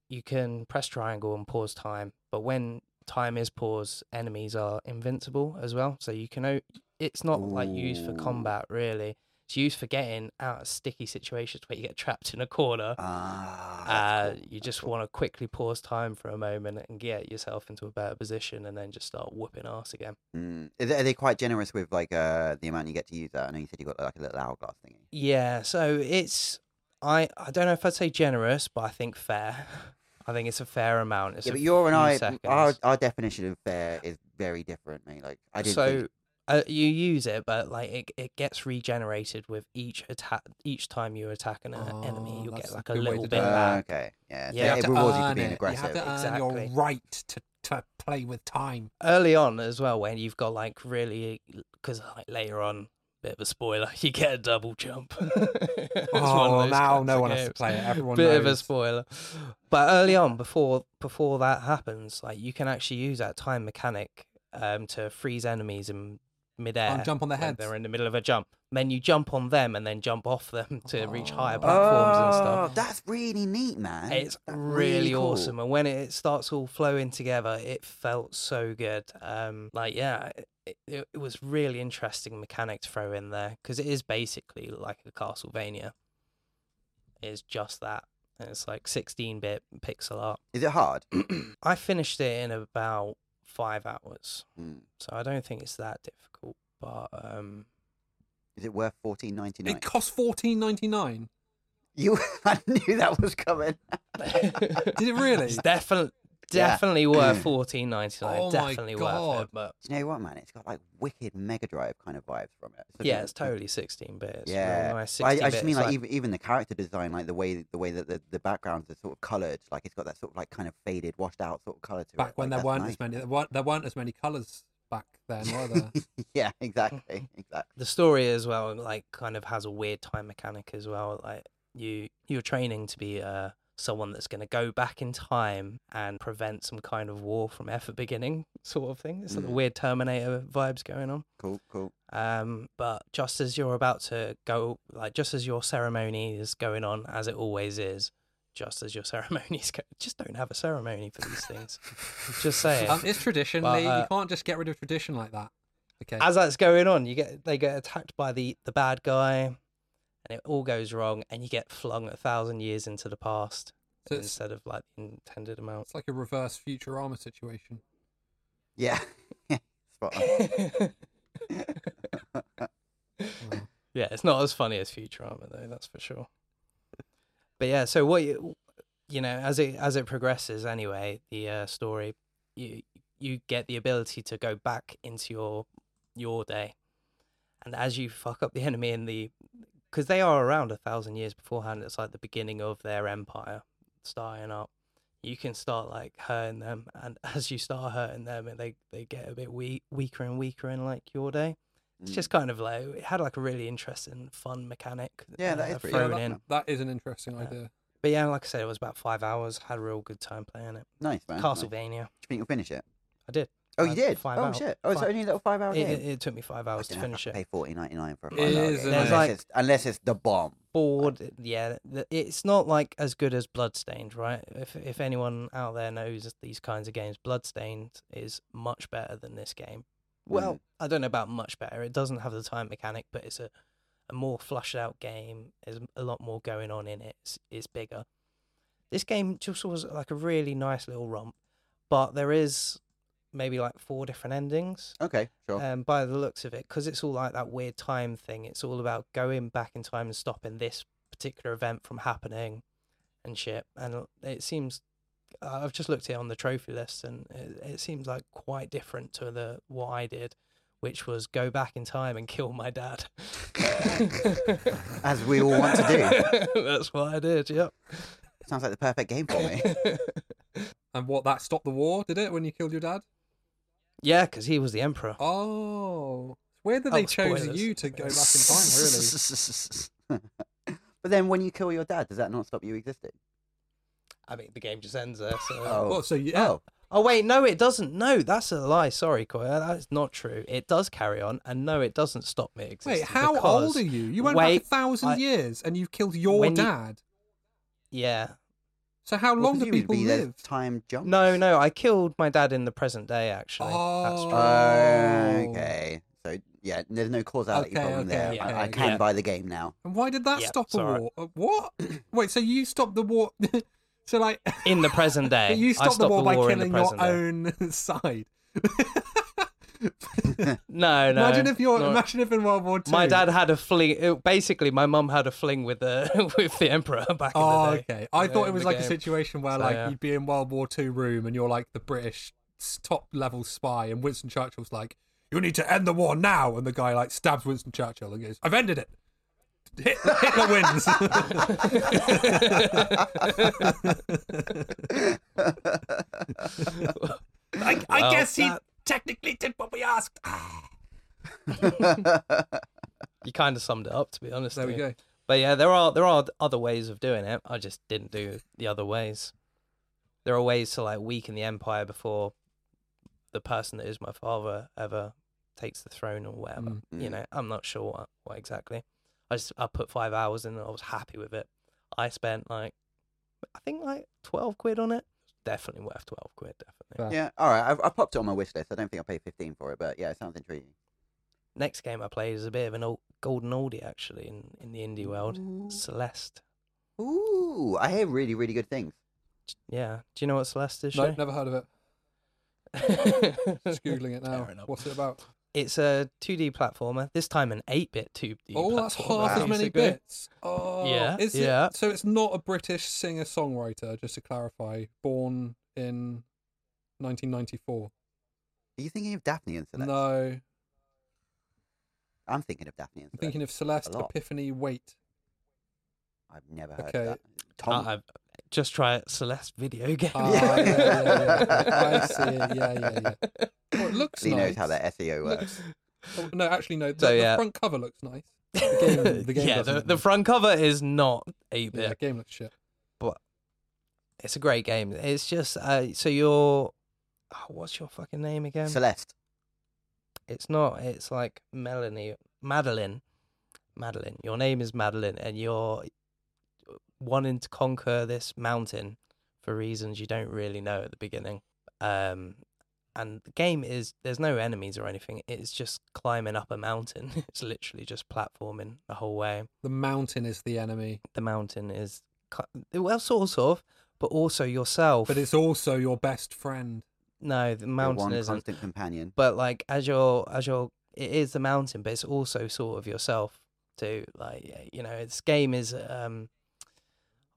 you can press triangle and pause time, but when time is paused, enemies are invincible as well. So you can. O- it's not like used for Ooh. combat really. It's used for getting out of sticky situations where you get trapped in a corner. Ah, Uh, that's you cool, that's just cool. want to quickly pause time for a moment and get yourself into a better position, and then just start whooping ass again. Mm. Is it- Are they quite generous with like uh, the amount you get to use that? I know you said you got like a little hourglass thingy. Yeah, so it's I I don't know if I'd say generous, but I think fair. I think it's a fair amount. It's yeah, a but your and few I, seconds. our, our definition of fair is very different, mate. Like I didn't. so think- uh, you use it, but like it, it gets regenerated with each attack. Each time you attack an uh, enemy, Oh, you that's get a like a good way little to bit do it. Ah, back. okay, yeah, so You have it to rewards you for being it. aggressive. You have to earn Exactly. your right to, to play with time. Early on as well, when you've got like really, because like later on, bit of a spoiler, you get a double jump. It's one of oh, those now kinds no of one has to games. play it. Everyone bit knows. of a spoiler but early on before before that happens like you can actually use that time mechanic um to freeze enemies in midair And jump on their when heads. they're in the middle of a jump then you jump on them and then jump off them to reach higher Oh. platforms and Oh, stuff that's really neat, man. it's That's really, cool. awesome and when it starts all flowing together it felt so good um like yeah it, it, it was really interesting mechanic to throw in there because it is basically like a castlevania it's just that and it's like 16-bit pixel art Is it hard? i finished it in about five hours Mm. so i don't think it's that difficult but um Is it worth fourteen ninety nine? It costs fourteen ninety nine. You, I knew that was coming. Did it really? it's definitely Yeah. definitely worth 14.99 Oh my definitely worth God. it but Do you know what, man? It's got like wicked Mega Drive kind of vibes from it. So Yeah, you- it's totally 16 bit. Yeah, Really nice. But 16 I, I just mean like, like even even the character design, like the way the way that the, the backgrounds are sort of coloured, like it's got that sort of like kind of faded, washed out sort of colour to it. Back when like, there weren't that's as many, there weren't, there weren't as many colours back then, were there? nice. yeah, exactly, exactly. the story as well, like kind of has a weird time mechanic as well. Like you, you're training to be uh someone that's going to go back in time and prevent some kind of war from ever beginning, sort of thing. It's like Mm. weird Terminator vibes going on. Cool, cool. Um, but just as you're about to go, like just as your ceremony is going on, as it always is, just as your ceremony is, go- just don't have a ceremony for these things. just saying. um, it's tradition. But, Lee. uh, you can't just get rid of tradition like that. Okay. as that's going on, you get they get attacked by the the bad guy, and it all goes wrong, and you get flung a thousand years into the past So it's, instead of like the intended amount. it's like a reverse Futurama situation. Yeah. Spot on. yeah, it's not as funny as Futurama though, that's for sure. But yeah, so what you you know, as it as it progresses anyway, the uh, story, you you get the ability to go back into your your day, and as you fuck up the enemy in the, because they are around a thousand years beforehand, it's like the beginning of their empire starting up. You can start like hurting them, and as you start hurting them, they they get a bit weak, weaker and weaker in like your day. It's Mm. just kind of like it had like a really interesting, fun mechanic. Yeah, that that is is pretty Yeah, thrown cool. that, in. that is an interesting Yeah. idea. But yeah, like I said, it was about five hours. Had a real good time playing it. Nice, man. nice. Do you Castlevania, think you'll finish it? I did. Oh, you Five- did? five oh, hour- shit. Oh, it's five- only a little five hour It, game. it, it took me five hours to Fucking hell, finish I it. Pay forty ninety nine for a It five hour game. is, isn't unless, it? Like- it's, unless it's the bomb. Bored. Yeah, th- it's not like as good as Bloodstained, right? If if anyone out there knows these kinds of games, Bloodstained is much better than this game. Well, Mm. I don't know about much better. It doesn't have the time mechanic, but it's a, a more flushed out game. There's a lot more going on in it. It's, it's bigger. This game just was like a really nice little romp, but there is maybe like four different endings Okay, sure. um, by the looks of it, because it's all like that weird time thing. It's all about going back in time and stopping this particular event from happening and shit. And it seems uh, I've just looked here on the trophy list, and it, it seems like quite different to the what I did, which was go back in time and kill my dad. As we all want to do. That's what I did. Yep. Sounds like the perfect game for me. And what that stopped the war, did it? When you killed your dad? yeah, because he was the emperor. Oh, it's weird that Oh, they chose spoilers. you to go back in time. Really, but then when you kill your dad, does that not stop you existing? I mean, the game just ends there. So. Oh. Well, so yeah, Oh. Oh wait, no, it doesn't. No, that's a lie. Sorry, Coy, that's not true. It does carry on, and no, it doesn't stop me existing. Wait, how because- old are you? You went Wait, back a thousand I- years and you've killed your When you- dad. Yeah, So how Well, long do presumably people there's live? Time jump. no, no, I killed my dad in the present day. Actually, that's true. Oh. okay. So yeah, there's no causality Okay, problem okay, there. yeah, I, I okay. can Yeah. buy the game now. And why did that Yeah, stop a sorry. war? Uh, What? Wait, so you stopped the war? so like, In the present day, you I stopped the stopped war by in the killing your present day. own side. No, no. imagine if you're. not- Imagine if in World War Two. My dad had a fling. it- Basically, my mum had a fling with the with the emperor back Oh, in the day. okay. I Yeah, thought it in was the like a game. situation where So, like yeah. you'd be in World War Two room and you're like the British s- top level spy, and Winston Churchill's like, "You need to end the war now," and the guy like stabs Winston Churchill and goes, "I've ended it." Hit- Hitler wins. I, I Well, guess he that- technically did what we asked. Ah, You kind of summed it up, to be honest. there we with you. go. But yeah, there are there are other ways of doing it. I just didn't do the other ways. There are ways to like weaken the empire before the person that is my father ever takes the throne or whatever. Mm. You Mm. know, I'm not sure what, what exactly. I just I put five hours in and I was happy with it. I spent like I think like twelve quid on it. Definitely worth twelve quid. Definitely. Fair. Yeah, all right. I've, I popped it on my wish list. I don't think I'll pay 15 for it, but yeah, it sounds intriguing. Next game I played is a bit of an old golden oldie actually in in the indie world. Mm. Celeste. Ooh, I hear really, really good things. Yeah. Do you know what Celeste is? No, Shay? never heard of it. Just googling it now. Fair enough. What's it about? It's a 2D platformer, this time an 8 bit 2D. Oh, that's platformer, half as many basically. bits. Oh, Yeah, Is yeah. It, so it's not a British singer songwriter, just to clarify, born in 1994. Are you thinking of Daphne and Celeste? No, I'm thinking of Daphne and I'm Celeste. thinking of Celeste A lot. Epiphany Wait. I've never heard Okay. of that. Uh, Tom. I've- just try it, Celeste video game. Ah, yeah, yeah, yeah, yeah. I see. Yeah, yeah, yeah. Oh, it looks he nice. knows how that SEO works. Looks- oh, no, actually, no. The, So, the yeah. front cover looks nice. The game- the game yeah, doesn't the, look the nice. front cover is not 8 Yeah, bit. the game looks shit. It's a great game. It's just, uh, so you're, oh, what's your fucking name again? Celeste. It's not. It's like Melanie, Madeline, Madeline. Your name is Madeline, and you're wanting to conquer this mountain for reasons you don't really know at the beginning. Um, and the game is there's no enemies or anything. It's just climbing up a mountain. it's literally just platforming the whole way. The mountain is the enemy, The mountain is ki- well, sort of, but also yourself. but it's also your best friend. no, the Your mountain one isn't. constant companion. But like as you're as you're, it is the mountain, but it's also sort of yourself too. Like y- you know, this game is um,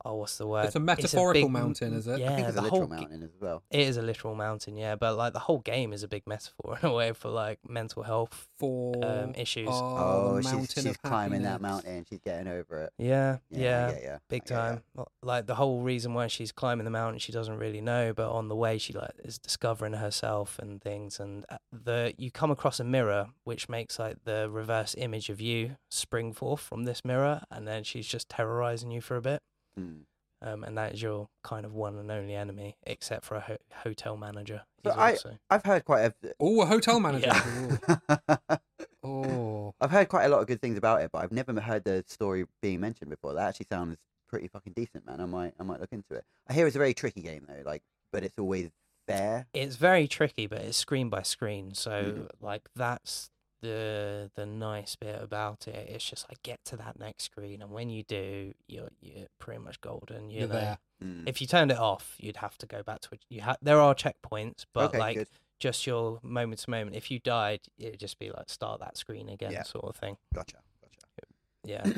oh, what's the word? It's a metaphorical mountain, is it? I Yeah, I think there's the a literal whole g- mountain as well. It is a literal mountain, yeah, but like the whole game is a big metaphor in a way for like mental health For um, issues. oh, the she's, mountain she's of climbing that happiness. mountain. She's getting over it. yeah, yeah, Yeah, yeah, yeah. big I get time. Well, Like the whole reason why she's climbing the mountain, she doesn't really know, but on the way, she like is discovering herself and things. And uh, the you come across a mirror, which makes like the reverse image of you spring forth from this mirror, and then she's just terrorizing you for a bit. that. Hmm. Um, and that is your kind of one and only enemy, except for a ho- hotel manager. But He's I- also- I've heard quite Oh, a hotel manager. Yeah. a. Ooh. Oh, I've heard quite a lot of good things about it, but I've never heard the story being mentioned before. That actually sounds pretty fucking decent, man. I might, I might look into it. I hear it's a very tricky game though, like, but it's always fair. it's very tricky, but it's screen by screen. So Mhm. like that's the the nice bit about it. It's just like get to that next screen, and when you do, you're you're pretty much golden. You you're know, there. Mm. if you turned it off, you'd have to go back to it. You ha- there are checkpoints, but okay, like good. just your moment to moment. If you died, it'd just be like start that screen again, Yeah. sort of thing. Gotcha, gotcha. Yeah.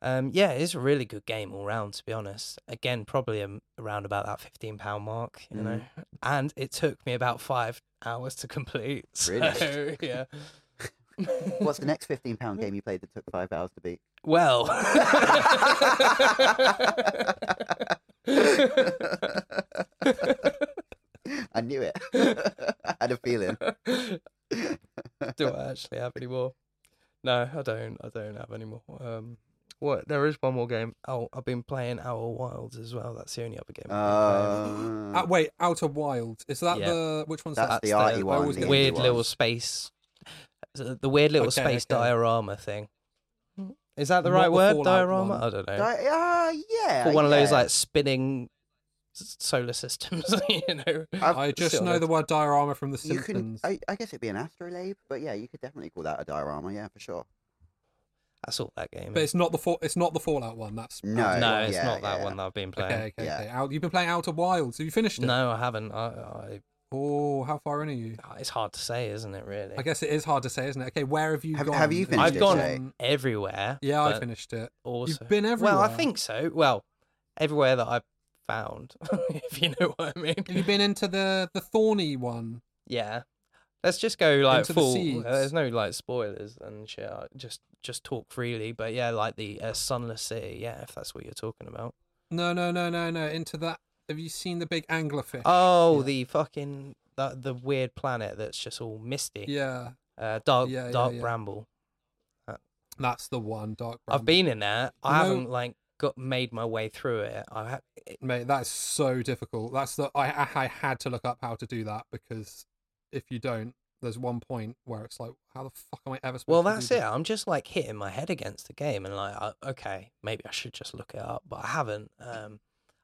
Um, yeah, it's a really good game all round, to be honest. Again, probably um, around about that fifteen pound mark, you know. And it took me about five hours to complete. So, Really? yeah. What's the next fifteen pound game you played that took five hours to beat? Well, I knew it. I had a feeling. do I actually have any more? No, I don't. I don't have any more. Um, what? There is one more game. Oh, I've been playing Outer Wilds as well. That's the only other game. I've Um, Ah, wait, Outer Wilds. Is that Yeah. the E which one's that's that? the the- arty I one. always the get been playing. weird indie little one. space, the weird little Okay, space okay. diorama thing. Is that the Not right the word? Fallout diorama? one. I don't know. Di- ah, yeah. For one of those yeah. like spinning s- solar systems, you know. I've- I just Still, know the word diorama from The you can. Simpsons. I, I guess it'd be an astrolabe, but yeah, you could definitely call that a diorama. Yeah, for sure. Oh, That's all that game. But Is. it's not the fall, it's not the Fallout one. That's No, No, it's yeah, not that yeah. one that I've been playing. Okay, okay, Mm. Yeah. okay. Out, you've been playing Outer Wilds. Have you finished it? No, I haven't. I, Oh, how far in are you? I, it's hard to say, isn't it? Really. I guess it is hard to say, isn't it? Okay, where have you Have- gone? have you I've finished it, gone Jay? Um, everywhere. Yeah, I but finished it. Also, been Well, I everywhere. think so. Well, everywhere that I've found, if you know what I mean. Have you been into the the thorny one? Yeah. Let's just go like Into the full. uh, seeds. there's no like spoilers and shit. I Just just talk freely. But yeah, like the uh, Sunless City. Yeah, if that's what you're talking about. No, no, no, no, no. Into that. Have you seen the big anglerfish? Oh, Yeah. the fucking the, the weird planet that's just all misty. yeah, Uh, dark Yeah, yeah, dark yeah. bramble. that's the one. Dark. I've been in there. I No- haven't like got made my way through it. I ha- it- Mate, that's so difficult. That's the I, I I had to look up how to do that because if you don't, there's one point where it's like, how the fuck am I ever? Supposed well, to do that's this? it. I'm just like hitting my head against the game and like, I, okay, maybe I should just look it up, but I haven't. Um,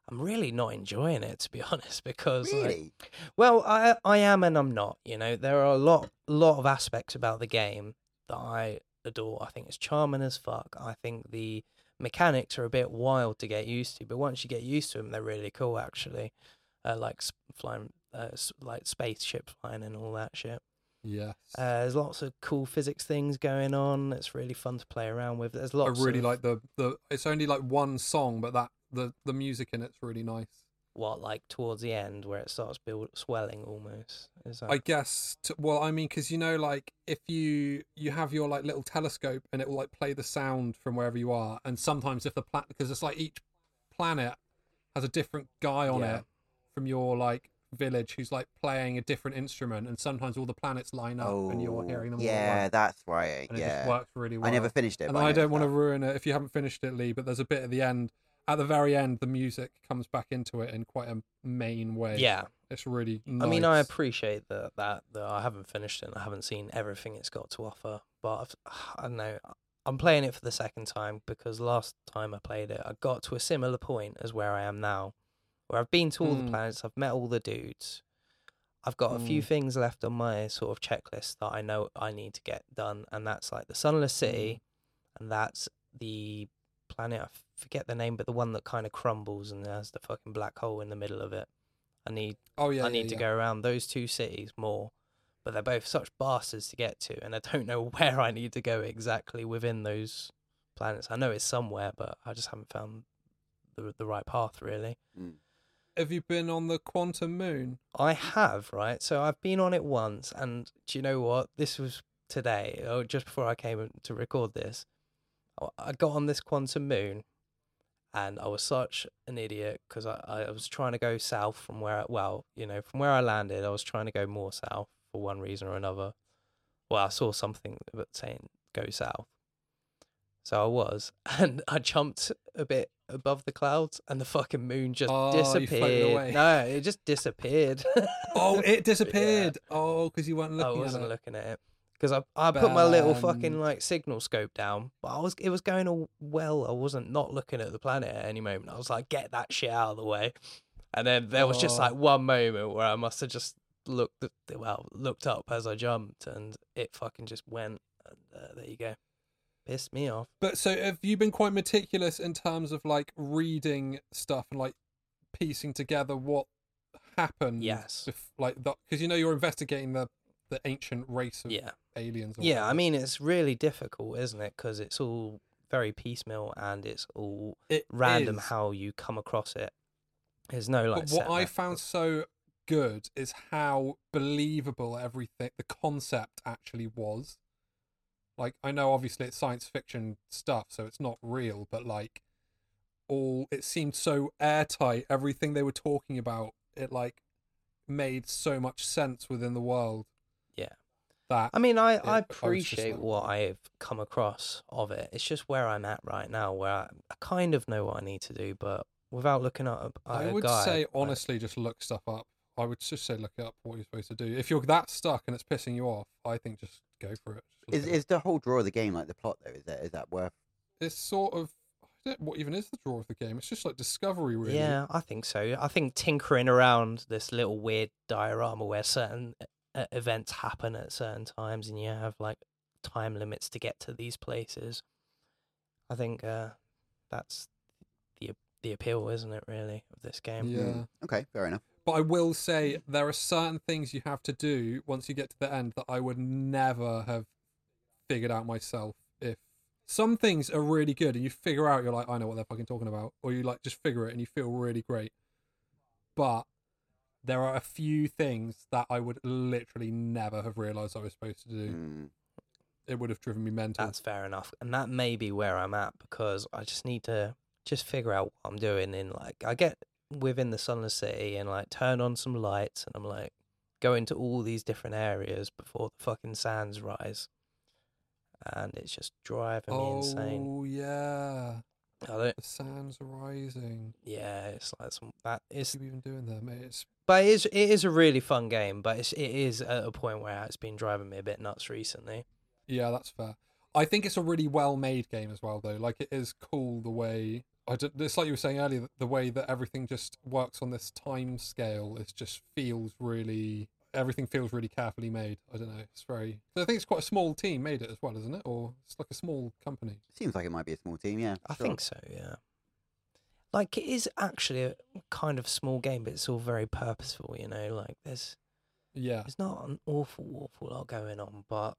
I'm really not enjoying it to be honest because like, Really? Well, I I am and I'm not. You know, there are a lot lot of aspects about the game that I adore. I think it's charming as fuck. I think the mechanics are a bit wild to get used to, but once you get used to them, they're really cool. Actually, uh, like s- flying, uh, s- like spaceship flying and all that shit. Yes. Uh, there's lots of cool physics things going on. It's really fun to play around with. There's I lots. really of, like the the. It's only like one song, but that the the music in it's really nice. what like towards the end where it starts build swelling almost. Is that I guess. To, well, I mean, because you know, like if you you have your like little telescope and it will like play the sound from wherever you are, and sometimes if the planet because it's like each planet has a different guy on Yeah. it from your like village who's like playing a different instrument, and sometimes all the planets line up and Oh. Oh, you're hearing them. all at yeah, once, that's right. and it just Yeah, works really well. I never finished it. and but I, don't want to noticed ruin it if you haven't finished it, Lee. But there's a bit at the end. At the very end, the music comes back into it in quite a main way. yeah. it's really. I mean, I nice. appreciate that, that that I haven't finished it. and I haven't seen everything it's got to offer, but I've, I don't know. I'm playing it for the second time because last time I played it, I got to a similar point as where I am now, where I've been to all the Hmm. planets, I've met all the dudes, I've got a few things left on my sort of checklist that I know I need to get done, and that's like the Sunless City, Hmm. and that's the planet I forget the name, but the one that kind of crumbles and has the fucking black hole in the middle of it. I need Oh yeah, I yeah, need to yeah. go around those two cities more, but they're both such bastards to get to, and I don't know where I need to go exactly within those planets. I know it's somewhere, but I just haven't found the the right path really. Have you been on the quantum moon? I have, right? So I've been on it once, and do you know what? This was today, or just before I came to record this. I- I got on this quantum moon, and I was such an idiot because I, I was trying to go south from where, I, well, you know, from where I landed, I was trying to go more south for one reason or another. Well, I saw something that saying go south. So I was, and I jumped a bit above the clouds, and the fucking moon just Oh, you floated disappeared. away. No, Oh, it just disappeared. Oh, it disappeared. Oh, because you weren't I looking. wasn't at it. looking at it because I, I put my little fucking Banned. like signal scope down, but I was it was going all well. I wasn't not looking at the planet at any moment. I was like, get that shit out of the way. And then there was just Oh. like one moment where I must have just looked at- well looked up as I jumped, and it fucking just went. And, uh, there you go, pissed me off. But so have you been quite meticulous in terms of like reading stuff and like piecing together what happened? Yes. bef- like because you know you're investigating the the ancient race of Yeah. aliens. or Yeah, I whatever. mean it's really difficult, isn't it? Because it's all very piecemeal and it's all It random is. how you come across it. There's no like. but what set I method. found so good is how believable everything the concept actually was. Like I know obviously it's science fiction stuff, so it's not real, but like all it seemed so airtight, everything they were talking about, it like made so much sense within the world. Yeah. That I mean, I, I I was just appreciate like- what I've come across of it. It's just where I'm at right now, where I, I kind of know what I need to do, but without looking up, I would say honestly just look stuff up. I would just say look up what you're supposed to do. If you're that stuck and it's pissing you off, I think just go for it. Just look Is it up. is the whole draw of the game like the plot though? Is that is that worth? it's sort of I don't, what even is the draw of the game? It's just like discovery, really. Yeah, I think so. I think tinkering around this little weird diorama where certain uh, events happen at certain times and you have like time limits to get to these places. I think uh, that's the the appeal, isn't it? Really, of this game. Yeah. Okay, fair enough. But I will say there are certain things you have to do once you get to the end that I would never have figured out myself. If some things are really good and you figure out, you're like, I know what they're fucking talking about, or you like just figure it and you feel really great. But there are a few things that I would literally never have realized I was supposed to do. Mm. It would have driven me mental. Hmm. That's fair enough. And that may be where I'm at because I just need to just figure out what I'm doing in like I get within the Sunless City and like turn on some lights and I'm like go into all these different areas before the fucking sands rise. And it's just driving me insane. oh yeah, I don't the sands are rising. yeah, it's like some that it's keep even doing that, mate. It's but it is it is a really fun game, but it's it is at a point where it's been driving me a bit nuts recently. yeah, that's fair. I think it's a really well-made game as well, though. Like it is cool the way I did. It's like you were saying earlier, the way that everything just works on this time scale. It just feels really. Everything feels really carefully made. I don't know. It's very. I think it's quite a small team made it as well, isn't it? Or it's like a small company. Seems like it might be a small team. Yeah, I sure. think so, yeah. Like it is actually a kind of small game, but it's all very purposeful, you know. Like there's Yeah. there's not an awful awful lot going on, but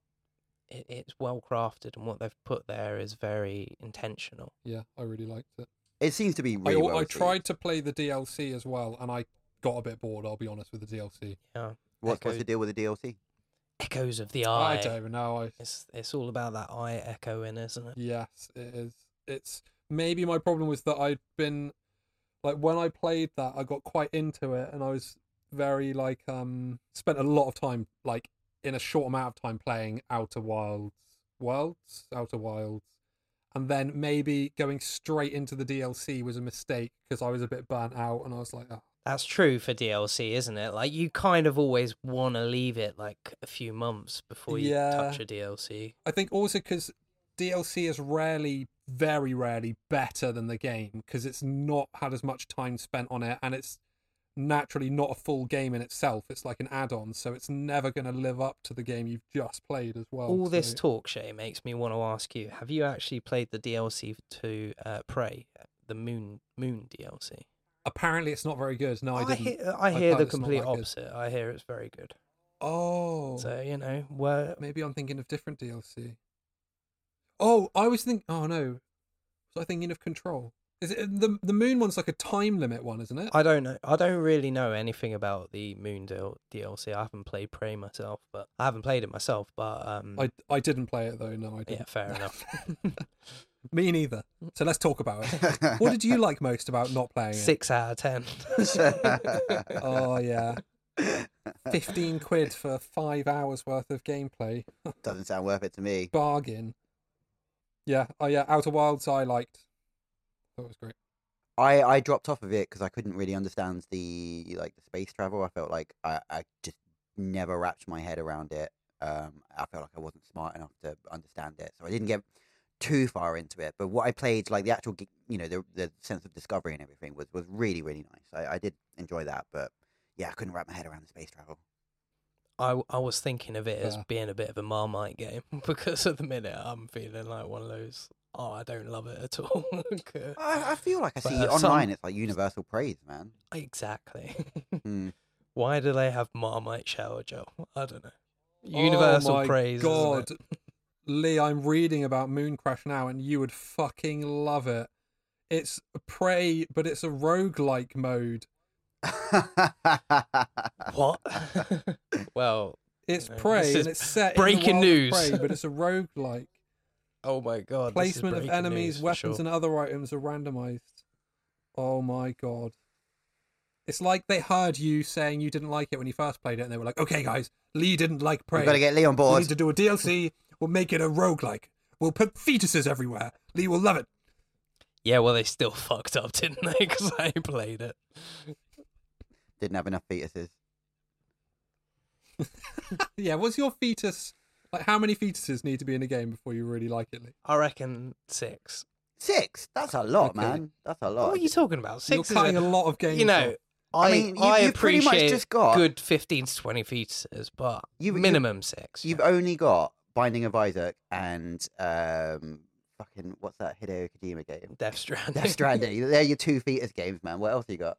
it, it's well crafted, and what they've put there is very intentional. Yeah. I really liked it. It seems to be really I, well. I received. tried to play the DLC as well, and I got a bit bored. I'll be honest with the DLC. Yeah, What's, what's Echo. the deal with the DLC? echoes of the I eye. don't even know. I It's it's all about that eye echoing, isn't it? Yes, it is. It's maybe my problem was that I'd been like when I played that, I got quite into it, and I was very like um spent a lot of time like in a short amount of time playing Outer Wilds, Worlds, Outer Wilds, and then maybe going straight into the DLC was a mistake because I was a bit burnt out, and I was like, oh, That's true for DLC, isn't it? Like you kind of always want to leave it like a few months before you touch Yeah. a DLC. I think also because DLC is rarely, very rarely better than the game because it's not had as much time spent on it, and it's naturally not a full game in itself. It's like an add-on, so it's never going to live up to the game you've just played as well. All this so- talk, Shay, makes me want to ask you: Have you actually played the DLC to uh, Prey, the Moon Moon DLC? apparently, it's not very good. No, I didn't. hear, I hear heard the it's not complete that good. opposite. I hear it's very good. Oh, So you know, where maybe I'm thinking of different DLC. Oh, I was thinking. Oh no, was I thinking of Control? Is it the the Moon one's like a time limit one, isn't it? I don't know. I don't really know anything about the Moon Deal DLC. I haven't played Prey myself, but I haven't played it myself. But um, I, I didn't play it though. No, I yeah, didn't. fair enough. Me neither. So let's talk about it. What did you like most about not playing it? Six out of ten. Oh yeah, fifteen quid for five hours worth of gameplay. Doesn't sound worth it to me. Bargain. Yeah. Oh yeah. Outer Wilds I liked. That was great. I, I dropped off of it because I couldn't really understand the like the space travel. I felt like I, I just never wrapped my head around it. Um, I felt like I wasn't smart enough to understand it, so I didn't get too far into it. But what I played, like the actual, g- you know, the the sense of discovery and everything was was really really nice. I, I did enjoy that, but yeah, I couldn't wrap my head around the space travel. I, I was thinking of it as Fair. being a bit of a marmite game because at the minute I'm feeling like one of those. Oh, I don't love it at all. Okay. I, I feel like I see But some- online it's like universal praise, man. exactly. Hmm. Why do they have marmite shower gel? I don't know. Oh, Universal my praise. isn't it? God, Lee, I'm reading about Moon Crash now, and you would fucking love it. It's Prey, but it's a roguelike mode. What? well, It's Yeah, Prey, this is and it's set breaking in the world news. Of prey, but it's a roguelike. oh my god. this is Placement of breaking enemies, news for weapons, sure. and other items are randomized. Oh my god. It's like they heard you saying you didn't like it when you first played it, and they were like, okay, guys, Lee didn't like Prey. We've got to get Lee on we board. need to do a DLC. We'll make it a roguelike. We'll put fetuses everywhere. Lee will love it. Yeah, well, they still fucked up, didn't they? Because I played it. Didn't have enough fetuses. Yeah, what's your fetus? Like, how many fetuses need to be in a game before you really like it? Lee? I reckon six. Six. That's a lot, Okay. man. That's a lot. What are you talking about? You're Six. is cutting a- a lot of games. you know, off. I, I, mean, you- you've pretty appreciate much just got- good 15 to 20 fetuses, but You- you- minimum six. You've only got Binding of Isaac and um, fucking what's that Hideo Kojima game? Death Stranding. Death Stranding. They're your two fetus games, man. What else you got?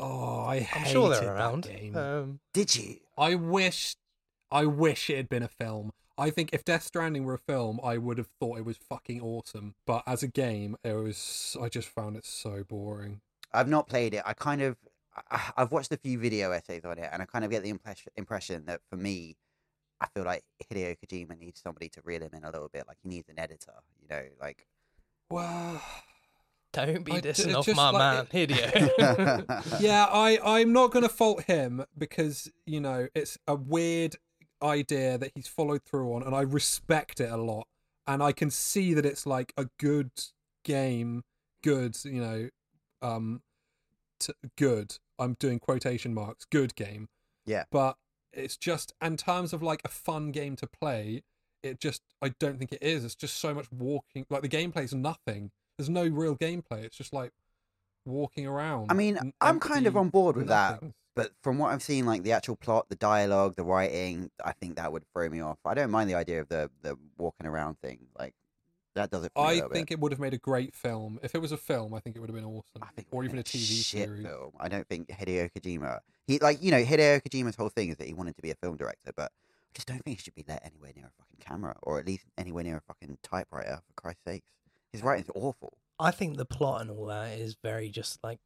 oh, I I'm sure hated they're that around. game. Um, Did you? I wish, I wish it had been a film. I think if Death Stranding were a film, I would have thought it was fucking awesome. But as a game, it was. I just found it so boring. I've not played it. I kind of I, I've watched a few video essays on it, and I kind of get the impression impression that for me, I feel like Hideo Kojima needs somebody to reel him in a little bit. Like he needs an editor, you know, like. Wow. don't be I d- dissing it off just my like- man, Hideo. yeah, I I'm not gonna fault him because you know it's a weird idea that he's followed through on, and I respect it a lot, and I can see that it's like a good game, good you know, um, t- good. I'm doing quotation marks, good game. Yeah. but it's just in terms of like a fun game to play. It just I don't think it is. It's just so much walking. Like the gameplay's nothing. There's no real gameplay. It's just like walking around. I mean, and I'm kind of empty on board with that, nothings. but from what I've seen, like the actual plot, the dialogue, the writing, I think that would throw me off. I don't mind the idea of the the walking around thing. Like that does it. For me a I little think bit. it would have made a great film. If it was a film, I think it would have been awesome. I think it or would've even been a TV shit series. Film. I don't think Hideo Kojima. He like you know Hideo Kojima's whole thing is that he wanted to be a film director, but I just don't think he should be let anywhere near a fucking camera, or at least anywhere near a fucking typewriter. For Christ's sakes, his writing's awful. I think the plot and all that is very just like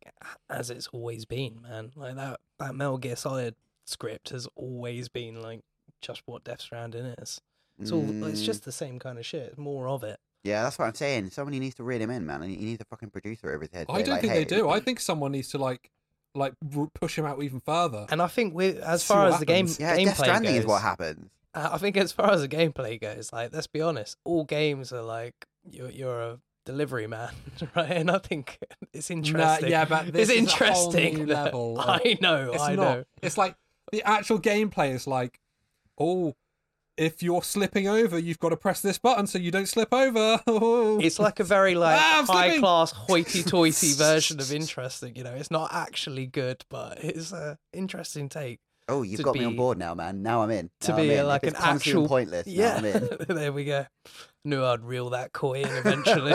as it's always been, man. Like that that Metal Gear Solid script has always been like just what Death Stranding is. It's all it's Mm, just the same kind of shit. More of it. yeah, that's what I'm saying. Somebody needs to reel him in, man. and He needs a fucking producer over his head. I say, don't like, think "Hey, they do. I think someone needs to like like r- push him out even further. And I think we, as See far what as the game happens. yeah, gameplay Death Stranding goes, is what happens. uh, I think as far as the gameplay goes, like let's be honest, all games are like you're you're a delivery man, right? And I think it's interesting. yeah, but it's this is a whole interesting new that- level of- I know, It's I not. know. It's like the actual gameplay is like, oh, if you're slipping over, you've got to press this button so you don't slip over. Oh. It's like a very like Ah, I'm slipping. high class hoity toity version of interesting. You know, it's not actually good, but it's an interesting take. Oh, you've to got me on be- board now, man. Now I'm in. to Now I'm be, in. If like, it's an clumsy and actual- pointless. Now Yeah, I'm in. there we go. Knew I'd reel that coy in eventually.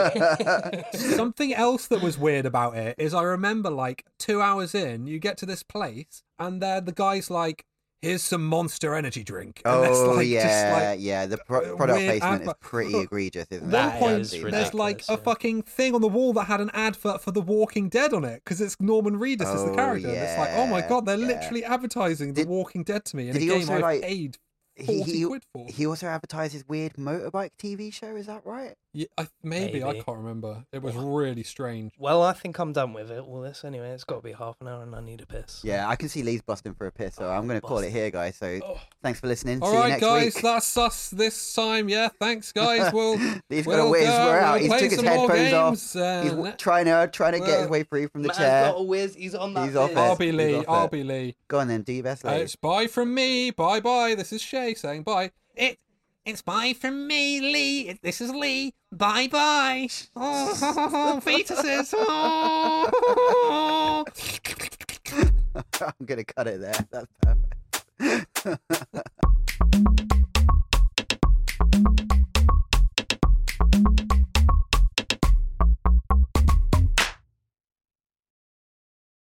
Something else that was weird about it is I remember like two hours in, you get to this place and there the guy's like, "Here's some monster energy drink." And that's, Oh like, yeah, just, like, yeah. The uh, pro- product weird placement is advert. pretty Look, egregious, isn't That it? one point, is Fancy that. there's like a ridiculous, yeah. fucking thing on the wall that had an advert for The Walking Dead on it because it's Norman Reedus as the Oh, character. And it's like, oh my yeah, god, they're yeah. literally advertising The Did- Walking Dead to me in did a he game also, I like- paid He, forty he, quid for. he also advertises weird motorbike TV show. Is that right? Yeah, I, maybe, I Maybe. can't remember. It was really strange. well, I think I'm done with it. All this anyway. It's got to be half an hour, and I need a piss. Yeah, I can see Lee's busting for a piss, so I'm going to call it busting. here, guys. So Oh. thanks for listening. All see you right, next guys, week. that's us this time. Yeah, thanks, guys. We'll Lee's got we'll to whiz. go, We're out. we'll He's play took his some more headphones off. games, uh, He's w- let- trying to trying to get his well, way free from the Man's chair. got a whiz. He's on that. He's off biz. it. I'll be Lee. He's off I'll it. be Lee. Go on then, do your best, Uh, Lee. it's bye from me. Bye bye. This is Shay saying bye. It it's bye from me, Lee. It- This is Lee. Bye bye. Oh, fetuses. Oh. I'm going to cut it there. That's perfect.